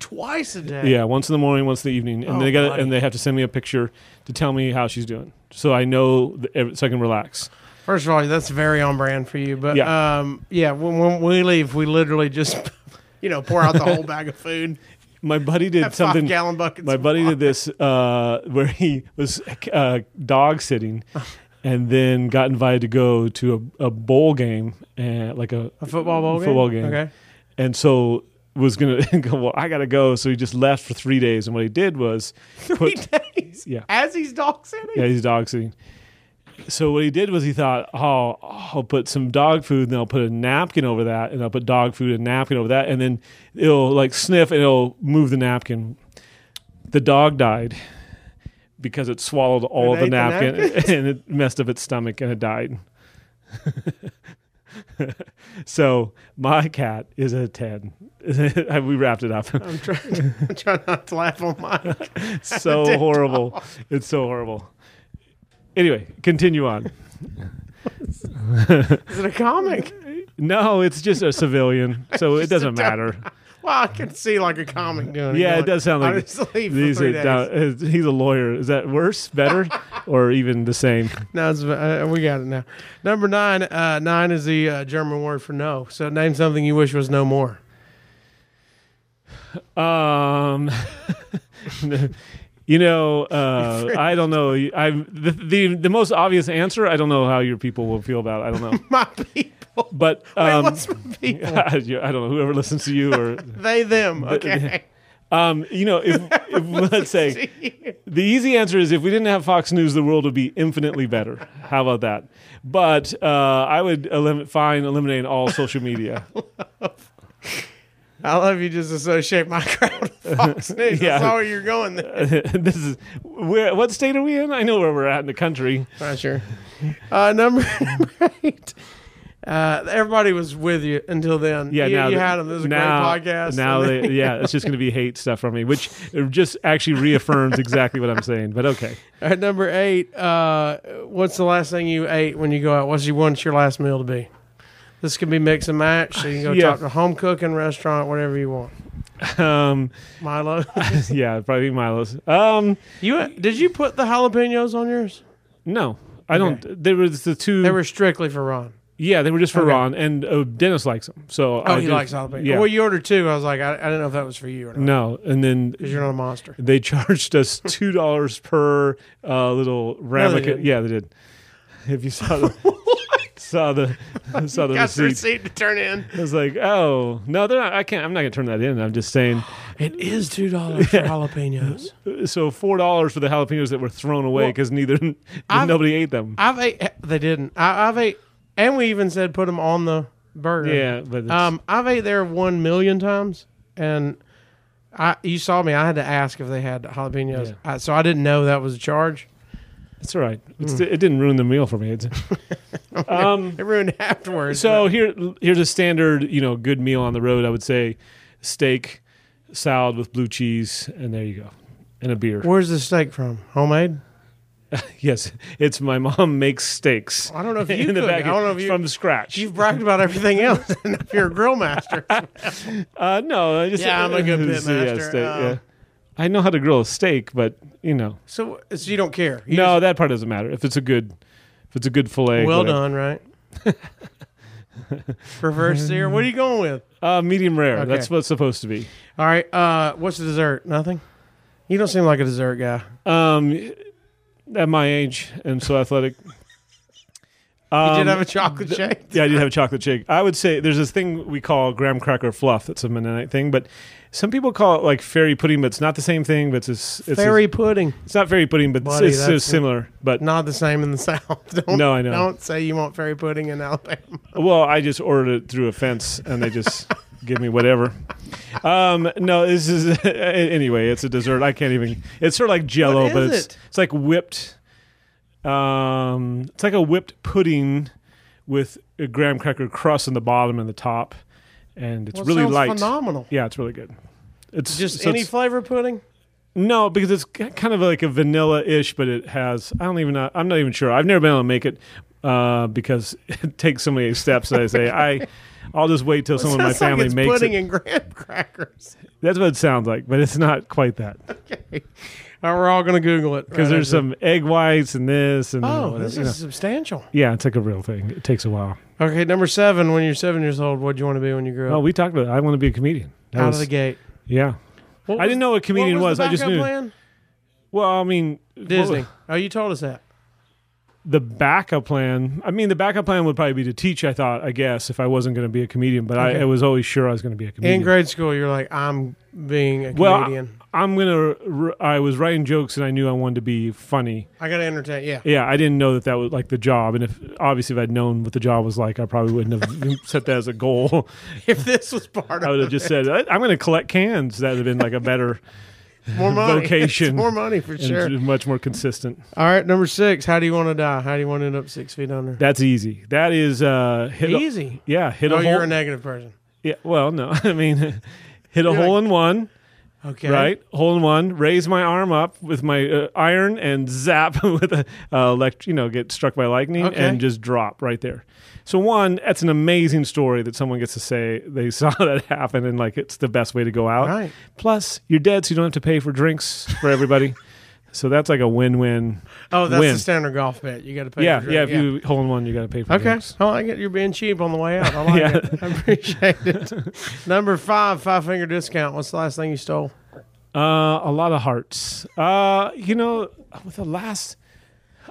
twice a day. Yeah, once in the morning, once in the evening, and Oh, they got buddy. and they have to send me a picture to tell me how she's doing, so I know th- ev- so I can relax. First of all, that's very on brand for you. But Yeah. yeah, um, yeah when, when we leave, we literally just, <laughs> you know, pour out the <laughs> whole bag of food. My buddy did something. Five gallon buckets. my of buddy water. did this uh, where he was uh, <laughs> dog sitting, and then got invited to go to a, a bowl game, uh, like a, a <laughs> football bowl game. football game. Okay. and so was gonna <laughs> go. Well, I gotta go, so he just left for three days. And what he did was <laughs> Three put- days. Yeah. As he's dog sitting. Yeah, he's dog sitting. So what he did was he thought, oh, I'll put some dog food, and then I'll put a napkin over that, and I'll put dog food and napkin over that, and then it'll like sniff and it'll move the napkin. The dog died because it swallowed all It of the ate the napkin <laughs> and it messed up its stomach and it died. <laughs> so my cat is a ten. <laughs> we wrapped <laughs> it up. I'm trying, I'm trying not to laugh on mine. <laughs> so horrible. It's so horrible. Anyway, continue on. Is it a comic? No, it's just <laughs> a civilian, so it doesn't a dog. matter. Well, I can see like a comic doing it. Yeah, You're it does sound <laughs> like I just leave for He's three a, days. down- uh, he's a lawyer. Is that <laughs> worse, better, or even the same? No, it's, uh, we got it now. Number nine. Uh, nine is the uh, German word for no. So name something you wish was no more. <laughs> Um, <laughs> you know, uh, I don't know. I the, the the most obvious answer. I don't know how your people will feel about. It. I don't know, My people. but <laughs> Wait, um, <laughs> what's my people? I don't know. Whoever listens to you, or They them. Okay. <laughs> um, you know, if, <laughs> if let's say. The easy answer is if we didn't have Fox News, the world would be infinitely better. How about that? But uh, I would elim- fine eliminate all social media. <laughs> <laughs> I love you. Just associate my <laughs> crowd with <laughs> Fox News. Yeah. I saw where you're going. There. this is where. What state are we in? I know where we're at in the country. Not sure. Uh, number <laughs> number eight. Uh, everybody was with you until then. Yeah, you, now you that- had them. This was a now- great podcast. <laughs> Now, And they, then- yeah, it's just going to be hate stuff from me, which just actually reaffirms exactly what I'm saying. But okay, At number eight, uh, what's the last thing you ate when you go out? What's you want your last meal to be? This can be mix and match. So you can go Yeah. talk to home cooking restaurant, whatever you want. um, Milo, yeah, probably Milo's. Um, <laughs> you uh, did you put the jalapenos on yours? no, I don't. There was the two. They were strictly for Ron. yeah, they were just for Okay. Ron, and uh, Dennis likes them. So Oh, I he did- likes jalapenos. Yeah. Well, you ordered two. I was like, I, I didn't know if that was for you or not. no, and then Because you're not a monster. they <laughs> <laughs> charged us two dollars per uh, little ramekin. didn't. yeah, they did. If you <laughs> saw the saw the saw the Got the receipt, receipt to turn in. <sighs> I was like, oh no, they're not. I can't. I'm not gonna turn that in. I'm just saying It is two <laughs> dollars for jalapenos. So four dollars for the jalapenos that were thrown away Well, because neither <laughs> I've- nobody ate them. I've ate. They didn't. I, I've ate, and we even said put them on the burger. yeah, but it's, Um, I've ate there one million times, and I you saw me. I had to ask if they had jalapenos, Yeah. I, so I didn't know that was a charge. it's all right. It's, mm. It didn't ruin the meal for me. It's, um, It <laughs> ruined afterwards. so here, here's a standard, you know, good meal on the road. I would say steak, salad with blue cheese, and there you go, and a beer. where's the steak from? Homemade? Yes, it's my mom <laughs> makes steaks. I don't know if you <laughs> in the cook. back I don't know if you- from scratch. You've bragged about <laughs> everything else. and if you're a grill master, Uh, no, I just Yeah, I'm a <laughs> good pit yeah, master, steak, uh, yeah. I know how to grill a steak, but you know, so so you don't care. You no, just- that part doesn't matter. If it's a good, if it's a good fillet, well whatever. done, <laughs> right? Reverse sear. What are you going with? Uh, medium rare. Okay. That's what's supposed to be. All right. Uh, what's the dessert? Nothing. You don't seem like a dessert guy. Um, at my age and so athletic. You Um, did have a chocolate shake. yeah, I did have a chocolate shake. I would say there's this thing we call graham cracker fluff. That's a Mennonite thing, but some people call it like fairy pudding, but it's not the same thing. But it's it's, it's, Fairy pudding. it's not fairy pudding, but Buddy, it's, that's- it's similar. But Not the same in the <laughs> South. Don't, No, I know. Don't say you want fairy pudding in Alabama. Well, I just ordered it through a fence, and <laughs> they just give me whatever. Um, no, this is <laughs> anyway. It's a dessert. I can't even. It's sort of like Jello, What is but it's it? it's like whipped. Um, it's like a whipped pudding with a graham cracker crust on the bottom and the top, and it's Well, it really sounds light. Phenomenal. Yeah, it's really good. It's Just so any it's- flavor <laughs> pudding. no, because it's ki- kind of like a vanilla-ish, but it has. I don't even. Know, I'm not even sure. I've never been able to make it uh, because <laughs> it takes so many steps. I say I. I'll just wait till someone in my Sounds like family it's makes pudding it. and graham crackers. <laughs> That's what it sounds like, but it's not quite that Okay. All right, we're all gonna Google it because right there's after. some egg whites and this and Oh, whatever, this you know. is substantial. yeah, it's like a real thing. It takes a while. Okay, number seven. When you're seven years old, what do you want to be when you grow Oh, up? we talked about. It. I want to be a comedian. That Out was, of the gate. Yeah. What I didn't know what comedian what was. was. the I just backup knew. Plan? Well, I mean, what Disney. was- Oh, you told us that. the backup plan i mean the backup plan would probably be to teach i thought i guess if i wasn't going to be a comedian but I, Okay. I was always sure i was going to be a comedian In grade school, you're like, I'm being a well comedian. I, am going to i was writing jokes and i knew i wanted to be funny I gotta entertain. Yeah. yeah i didn't know that that was like the job and if obviously if i'd known what the job was like i probably wouldn't <laughs> have <laughs> set that as a goal <laughs> If this was part i would of have just said I, i'm going to collect cans that would have been like a better more money, <laughs> vocation. it's more money for sure. and much more consistent All right, number six. How do you want to die? How do you want to end up six feet under? that's easy that is uh hit a- Easy. yeah hit No, a hole you're a negative person. yeah well no <laughs> i mean hit a hole in one Okay. Right, hole in one. Raise my arm up with my uh, iron and zap <laughs> with a uh, elect. You know, get struck by lightning Okay. and just drop right there. So one, that's an amazing story that someone gets to say they <laughs> saw that happen and like it's the best way to go out. Right. Plus, you're dead, so you don't have to pay for drinks for <laughs> everybody. so that's like a win-win. Oh, that's Win. the standard golf bet. You got to pay. yeah, for yeah. drink. If you hole in one, you got to pay for Okay. Oh, drinks. I like it. You're being cheap on the way <laughs> out. I like Yeah. it. I appreciate <laughs> it. Number five, five finger discount. What's the last thing you stole? Uh, a lot of hearts. Uh, you know, with the last.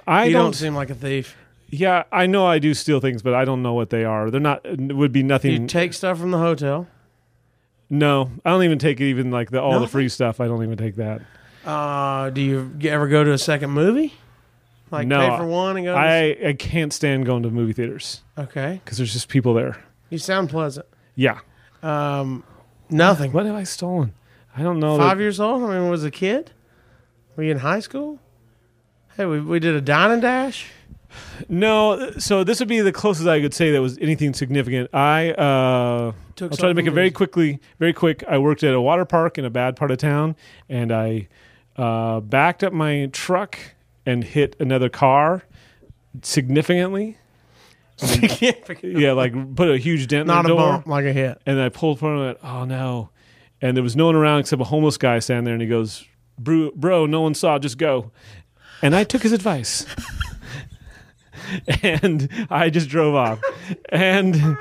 I You don't, don't seem like a thief. Yeah, I know I do steal things, but I don't know what they are. They're not it would be nothing. You take stuff from the hotel. no, I don't even take even like the all the Nothing? free stuff. I don't even take that. Uh, do you g- ever go to a second movie? Like No, pay for one and go. To the- I I can't stand going to movie theaters okay. because there's just people there. You sound pleasant. Yeah. Um, nothing. What have I stolen? I don't know. Five that- years old. I mean, was a kid. Were you in high school? Hey, we, we did a dine and <laughs> dash. no. So this would be the closest I could say that was anything significant. I uh, Took I'll try to make it very something. quickly. Very quick. I worked at a water park in a bad part of town, and I uh, backed up my truck and hit another car significantly. Significant. yeah, like put a huge dent Not in a the door. bump, like a hit. And I pulled from it. Oh no! And there was no one around except a homeless guy standing there, and he goes, "Bro, bro no one saw. Just go." And I took his advice, <laughs> and I just drove off. And <laughs>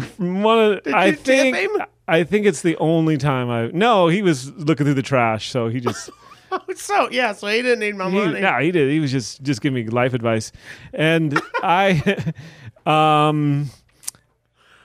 from one, of, I you tip think him? I think it's the only time I. No, he was looking through the trash, so he just. <laughs> So yeah, so he didn't need my He, money. no, he did. He was just <laughs> just giving me life advice, and I, um,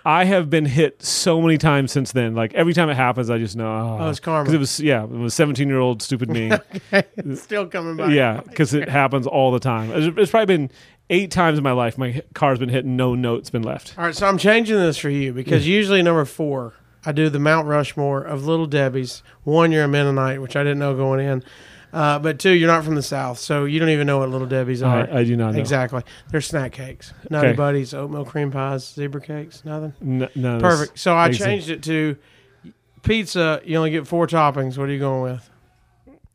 I have been hit so many times since then. Like every time it happens, I just know. Oh, Oh, it's karma. 'Cause It was yeah, it was seventeen year old stupid me. <laughs> It's still coming back. yeah, because it happens all the time. It's, it's probably been eight times in my life. My h- car's been hit, and no note's been left. All right, so I'm changing this for you because usually number four, I do the Mount Rushmore of Little Debbie's. One, you're a Mennonite, which I didn't know going in. Uh, but two, you're not from the South, so you don't even know what Little Debbie's are. I do not know. Exactly. They're snack cakes, Nutty Okay. Buddies, oatmeal cream pies, zebra cakes, nothing. N- none of this. Perfect. So I Exactly. changed it to pizza. You only get four toppings. What are you going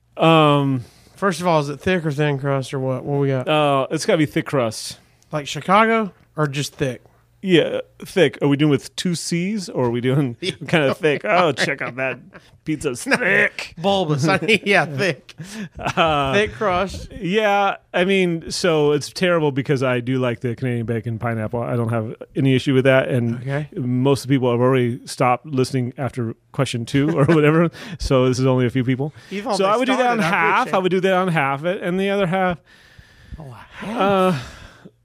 with? Um. First of all, is it thick or thin crust or what? What we got? Uh. It's got to be thick crust. Like Chicago or just thick? Yeah, thick. Are we doing with two C's or are we doing <laughs> <laughs> kind of thick? Oh, check out that pizza's thick. Bulbous. <laughs> I mean, yeah, <laughs> thick. Uh, thick crust. Yeah, I mean, so it's terrible because I do like the Canadian bacon pineapple. I don't have any issue with that, and Okay. most of the people have already stopped listening after question two or <laughs> whatever. so this is only a few people. You thought So they I would do that on started, I half. appreciate I would do that on half it, and the other half. Oh, Uh,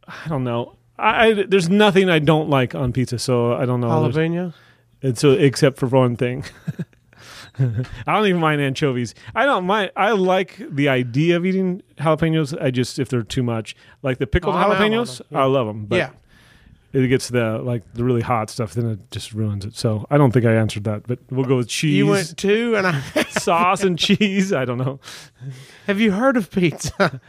I don't know. I, I there's nothing I don't like on pizza, so I don't know. There's- Jalapeno. And so, except for one thing, <laughs> I don't even mind anchovies. I don't mind. I like the idea of eating jalapenos. I just if they're too much, like the pickled Oh, I'm out on jalapenos, them. I love them. But yeah. it gets the like the really hot stuff, then it just ruins it. So I don't think I answered that. But we'll go with cheese, You went two, and I <laughs> sauce, and cheese. I don't know. have you heard of <laughs> pizza?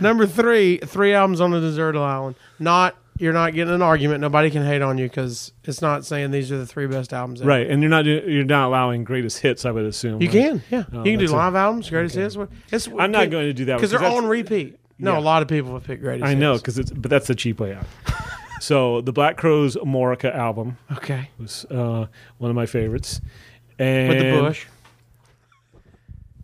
Number three, three albums on a desert island. Not you're not getting an argument. Nobody can hate on you because it's not saying these are the three best albums. Ever. Right, and you're not you're not allowing greatest hits. I would assume You right? can, yeah. Oh, you can do that's it. live albums, greatest hits. what- It's, I'm not going to do that because they're that's- on repeat. No, a Yeah. lot of people have picked greatest. I know hits. because it's but that's the cheap <laughs> way out. so the Black Crowes Morica album. Okay, was uh, one of my favorites. And with the Bush,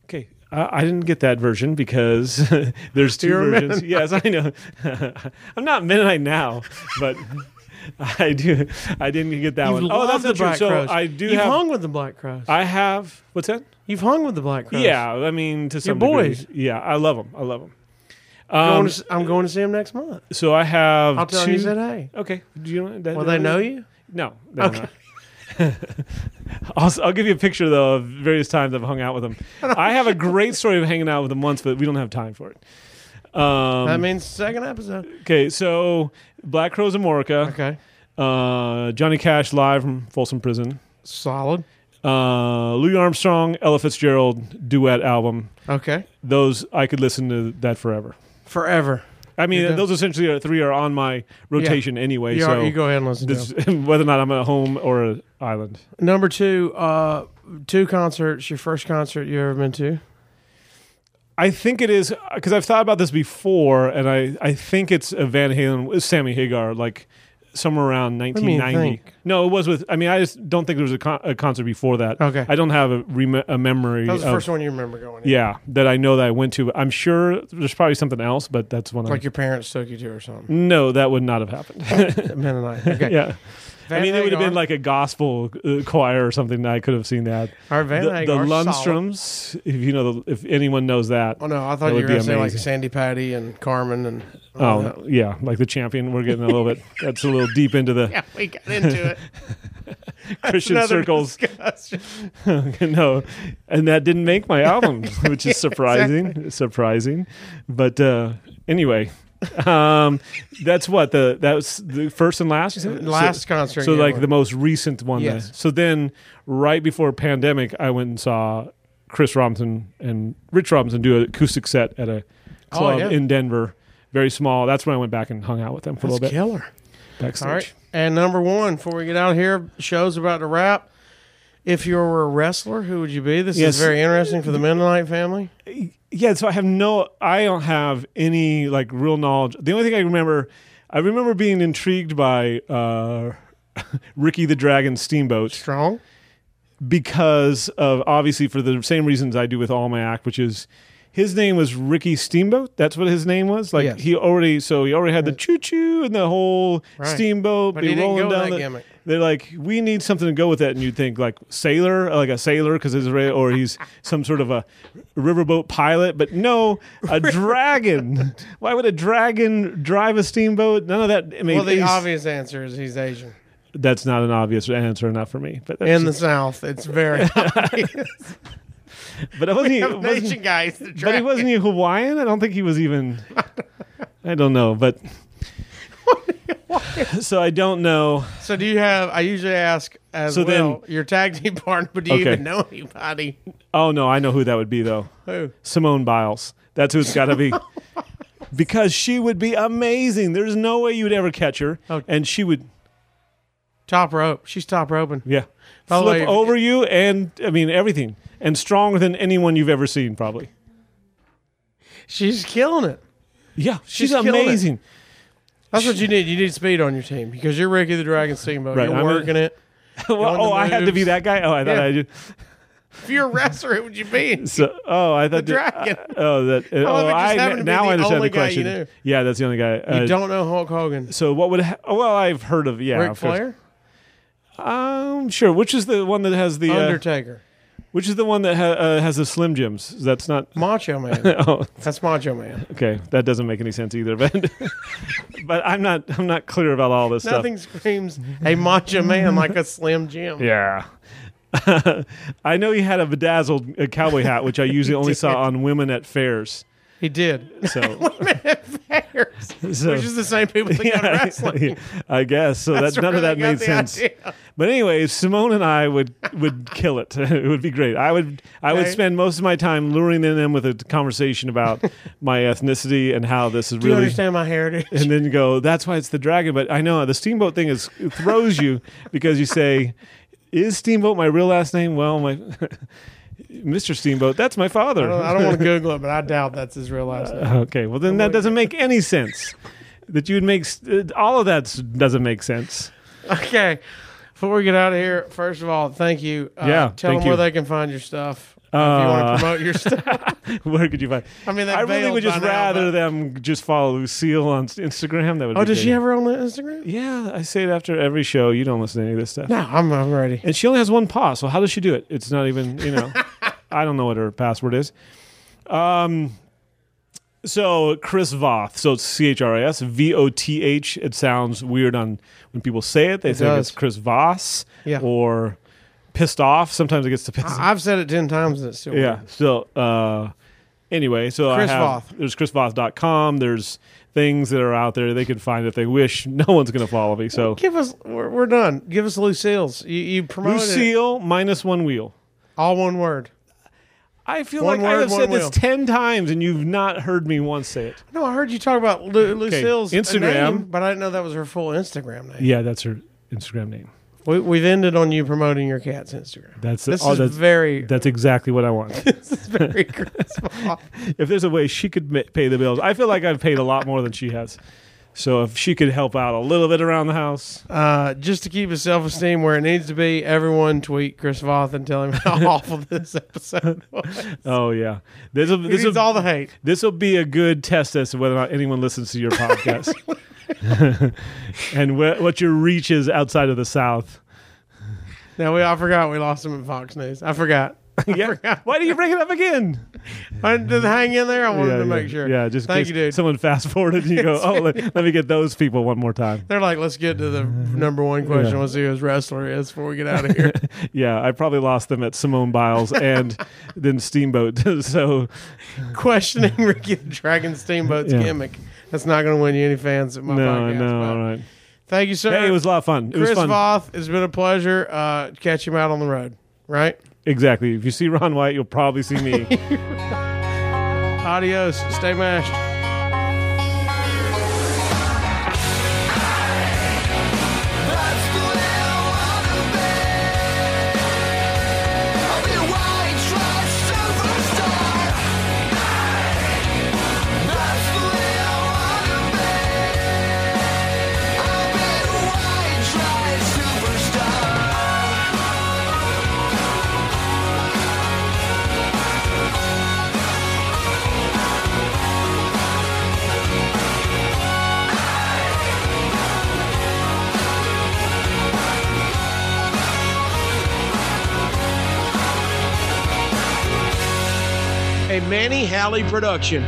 Okay. I I didn't get that version because <laughs> there's 2 You're a versions. Yes, I know. <laughs> I'm not Mennonite now, but <laughs> I do. I didn't get that You've one. Oh, that's loved the, truth. Black So Crowes. I do You've have. hung with the Black Crowes. I have. What's that? You've hung with the Black Crowes. Yeah, I mean to some boys. degree. Yeah, I love them. I love them. I'm Um, going, to, I'm going to see them next month. so I have. I'll tell two, you that. Hey, Okay. Do you know that? will they know you? No. They're okay. <laughs> I'll, s- I'll give you a picture though of various times I've hung out <laughs> with them. I have a great story of hanging out with them once, but we don't have time for it. Um, That means second episode. okay, so Black Crows and Morica, Okay, uh, Johnny Cash live from Folsom Prison, solid. uh, Louis Armstrong, Ella Fitzgerald duet album. Okay, Those I could listen to that forever. forever. I mean, You're done? those essentially are three are on my rotation anyway. You, so are, you go ahead and listen this, to <laughs> whether or not I'm at home or an island. them. Number two, uh, two concerts. Your first concert you ever been to? I think it is because I've thought about this before, and I, I think it's a Van Halen with Sammy Hagar, like somewhere around do you mean, 1990. think? No, it was with. I mean, I just don't think there was a, con- a concert before that. Okay. I don't have a, rem- a memory. That was the of- first one you remember going. to. Yeah, that I know that I went to. I'm sure there's probably something else, but that's one. like I, your parents took you to or <laughs> something. no, that would not have happened. Mennonite. Okay. <laughs> yeah, I Van mean, it would have Hagar. been like a gospel uh, choir or something. That I could have seen that. Our Van the, the Hagar, solid. Lundstroms, if you know, the, if anyone knows that. Oh no, I That thought you would were going be to say like amazing. Sandy Patty and Carmen and. all that. <laughs> Oh yeah, like the champion. We're getting a little bit. That's a little deep into the yeah, we got into it. <laughs> Christian another circles. <laughs> discussion. no, and that didn't make my album, <laughs> which is surprising. Surprising, but uh, anyway, um, that's what the that was the first and last. you said? Last So- concert. So you like were- the most recent one. then. Yes. So then, right before pandemic, I went and saw Chris Robinson and Rich Robinson do an acoustic set at a club Oh, yeah. in Denver. Very small. That's when I went back and hung out with them for a That's little bit killer. backstage. All right. And number one, before we get out of here, show's about to wrap. If you were a wrestler, who would you be? This Yes. is very interesting for the Mennonite family. yeah so i have no i don't have any like real knowledge the only thing i remember i remember being intrigued by uh <laughs> ricky the dragon steamboat Strong. because of obviously for the same reasons i do with all my act which is his name was Ricky Steamboat. That's what his name was. Like Yes. he already, so he already had the choo choo and the whole Right. steamboat. But be he didn't rolling go with down that the- gimmick. They're like, we need something to go with that, and you'd think like sailor, like a sailor, because he's ra- or he's some sort of a riverboat pilot, but no, <laughs> a dragon. Why would a dragon drive a steamboat? None of that. I mean, Well, the it's- obvious answer is he's Asian. that's not an obvious answer, not for me. But that's in the South. It's <laughs> very <laughs> obvious. but <laughs> it wasn't, it wasn't- Nation guys. to but he track wasn't he Hawaiian. I don't think he was even. I don't know, but so I don't know. it. So do you have? I usually ask as So then- well your tag team <laughs> partner, but do you Okay. even know anybody? Oh no, I know who that would be though. Who? Simone Biles. That's who it's got to be. Because she would be amazing. There's no way you would ever catch her, Okay. and she would, Top rope. She's top roping. yeah, By the flip way- over you, and I mean everything, and stronger than anyone you've ever seen, probably. She's killing it. Yeah, She's she's, killing it. amazing. That's what you need. You need speed on your team because you're Ricky the Dragon Steamboat. Right, you're I'm a- working it. <laughs> Well, Doing the oh, I had to be moves. that guy. Oh, I thought Yeah. I did. If you're a wrestler, who would you <laughs> be? So, oh, I thought The dragon. uh, <laughs> oh, that. Uh, love oh, it just I happened to be now the I understand only the guy you question. knew. Yeah, that's the only guy. You Uh, don't know Hulk Hogan. so what would? Ha- well, I've heard of yeah. Ric of course. Flair? Um, sure. Which is the one that has the? Uh, Undertaker. which is the one that ha- uh, has the Slim Jims? That's not. Macho Man. <laughs> Oh, That's Macho Man. okay. That doesn't make any sense either. <laughs> But but I'm not I'm not clear about all this stuff. Nothing <laughs> screams a Macho Man like a Slim Jim. Yeah. <laughs> I know he had a bedazzled uh, cowboy hat, <laughs> which I usually only saw on women at fairs. He did. <laughs> So, Which <laughs> so is the same people <laughs> that go to wrestling. I guess so. That's, That's none where of that they got made the sense. idea. But anyway, Simone and I would <laughs> would kill it. <laughs> it would be great. I would I would Okay. spend most of my time luring them with a conversation about <laughs> my ethnicity and how this is Do you really. understand my heritage? And then you go, that's why it's the dragon. But I know the steamboat thing is it throws you because you say, "Is steamboat my real last name?" Well, my <laughs> Mr. Steamboat, that's my father. I don't want to Google it, but I doubt that's his real last <laughs> name. Okay, well then that doesn't make any sense. That you would make s- uh, all of that s- doesn't make sense. <laughs> Okay. Before we get out of here, first of all, thank you. Uh, Yeah, Tell thank them where you. they can find your stuff. if you want Uh, to promote your stuff. Where could you find? I <laughs> mean, they I really bailed would just by now, rather but- them just follow Lucille on s- Instagram. That would. Oh, be does she great. have her own Instagram? Yeah, I say it after every show. You don't listen to any of this stuff. No, I'm, I'm ready. And she only has one paw, so how does she do it? It's not even, <laughs> you know, I don't know what her password is. Um, so Chris Voth, so it's C H R I S V O T H. It sounds weird on when people say it. They think does. it's Chris Voss Yeah. or pissed off. Sometimes it gets to piss. I- I've said it 10 times and it's still Yeah. So uh, anyway, so Chris I have, Voth. there's chrisvoth.com. There's things that are out there they can find if they wish. <laughs> No one's going to follow me. So Give us, we're, we're done. Give us Lucille's. You, you promoted it. Lucille minus one wheel. All one word. I feel One like I word, have one said wheel. this ten times and you've not heard me once say it. No, I heard you talk about Lu- Lucille's Instagram. name, but I didn't know that was her full Instagram name. Yeah, that's her Instagram name. We, we've ended on you promoting your cat's Instagram. That's this oh, is that's, <laughs> very, that's exactly what <laughs> I want. this is very Christmas. if there's a way she could ma- pay the bills, I feel like I've paid a lot more than she has. So if she could help out a little bit around the house, <laughs> Uh, just to keep his self esteem where it needs to be, everyone tweet Chris Voth and tell him <laughs> how awful this episode was. oh yeah, this will This this is will all the hate. this will be a good test as to whether or not anyone listens to your podcast <laughs> and wh- what your reach is outside of the South. Now we, I forgot we lost him at Fox News. <laughs> I forgot. Yeah, why do you bring it up again? I did hang in there. I wanted to make yeah, sure. Yeah, just in thank case you, dude. Someone fast forwarded <laughs> and you go, oh, let, let me get those people one more time. They're like, let's get to the number one question. Yeah. Let's see who his wrestler is before we get <laughs> out of here. Yeah, I probably lost them at <laughs> Simone Biles and then Steamboat. <laughs> so Questioning <laughs> Ricky the Dragon Steamboat's Yeah. gimmick. That's not going to win you any fans at my no, podcast. no, but all right. Thank you, sir. Hey, it was a lot of fun. It Chris was fun. Voth. It's been a pleasure. Uh, catch him out on the road. Right. Exactly. If you see Ron White, you'll probably <laughs> see me. Adios. Stay mashed. That's the way I wanna be. I'll be a white trash superstar. That's the way I wanna be. I'll be a white trash superstar. a Manny Halley production.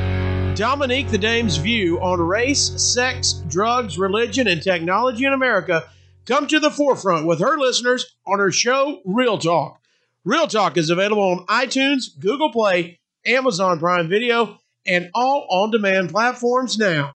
Dominique the Dame's view on race, sex, drugs, religion, and technology in America come to the forefront with her listeners on her show, Real Talk. Real Talk is available on iTunes, Google Play, Amazon Prime Video, and all on demand platforms now.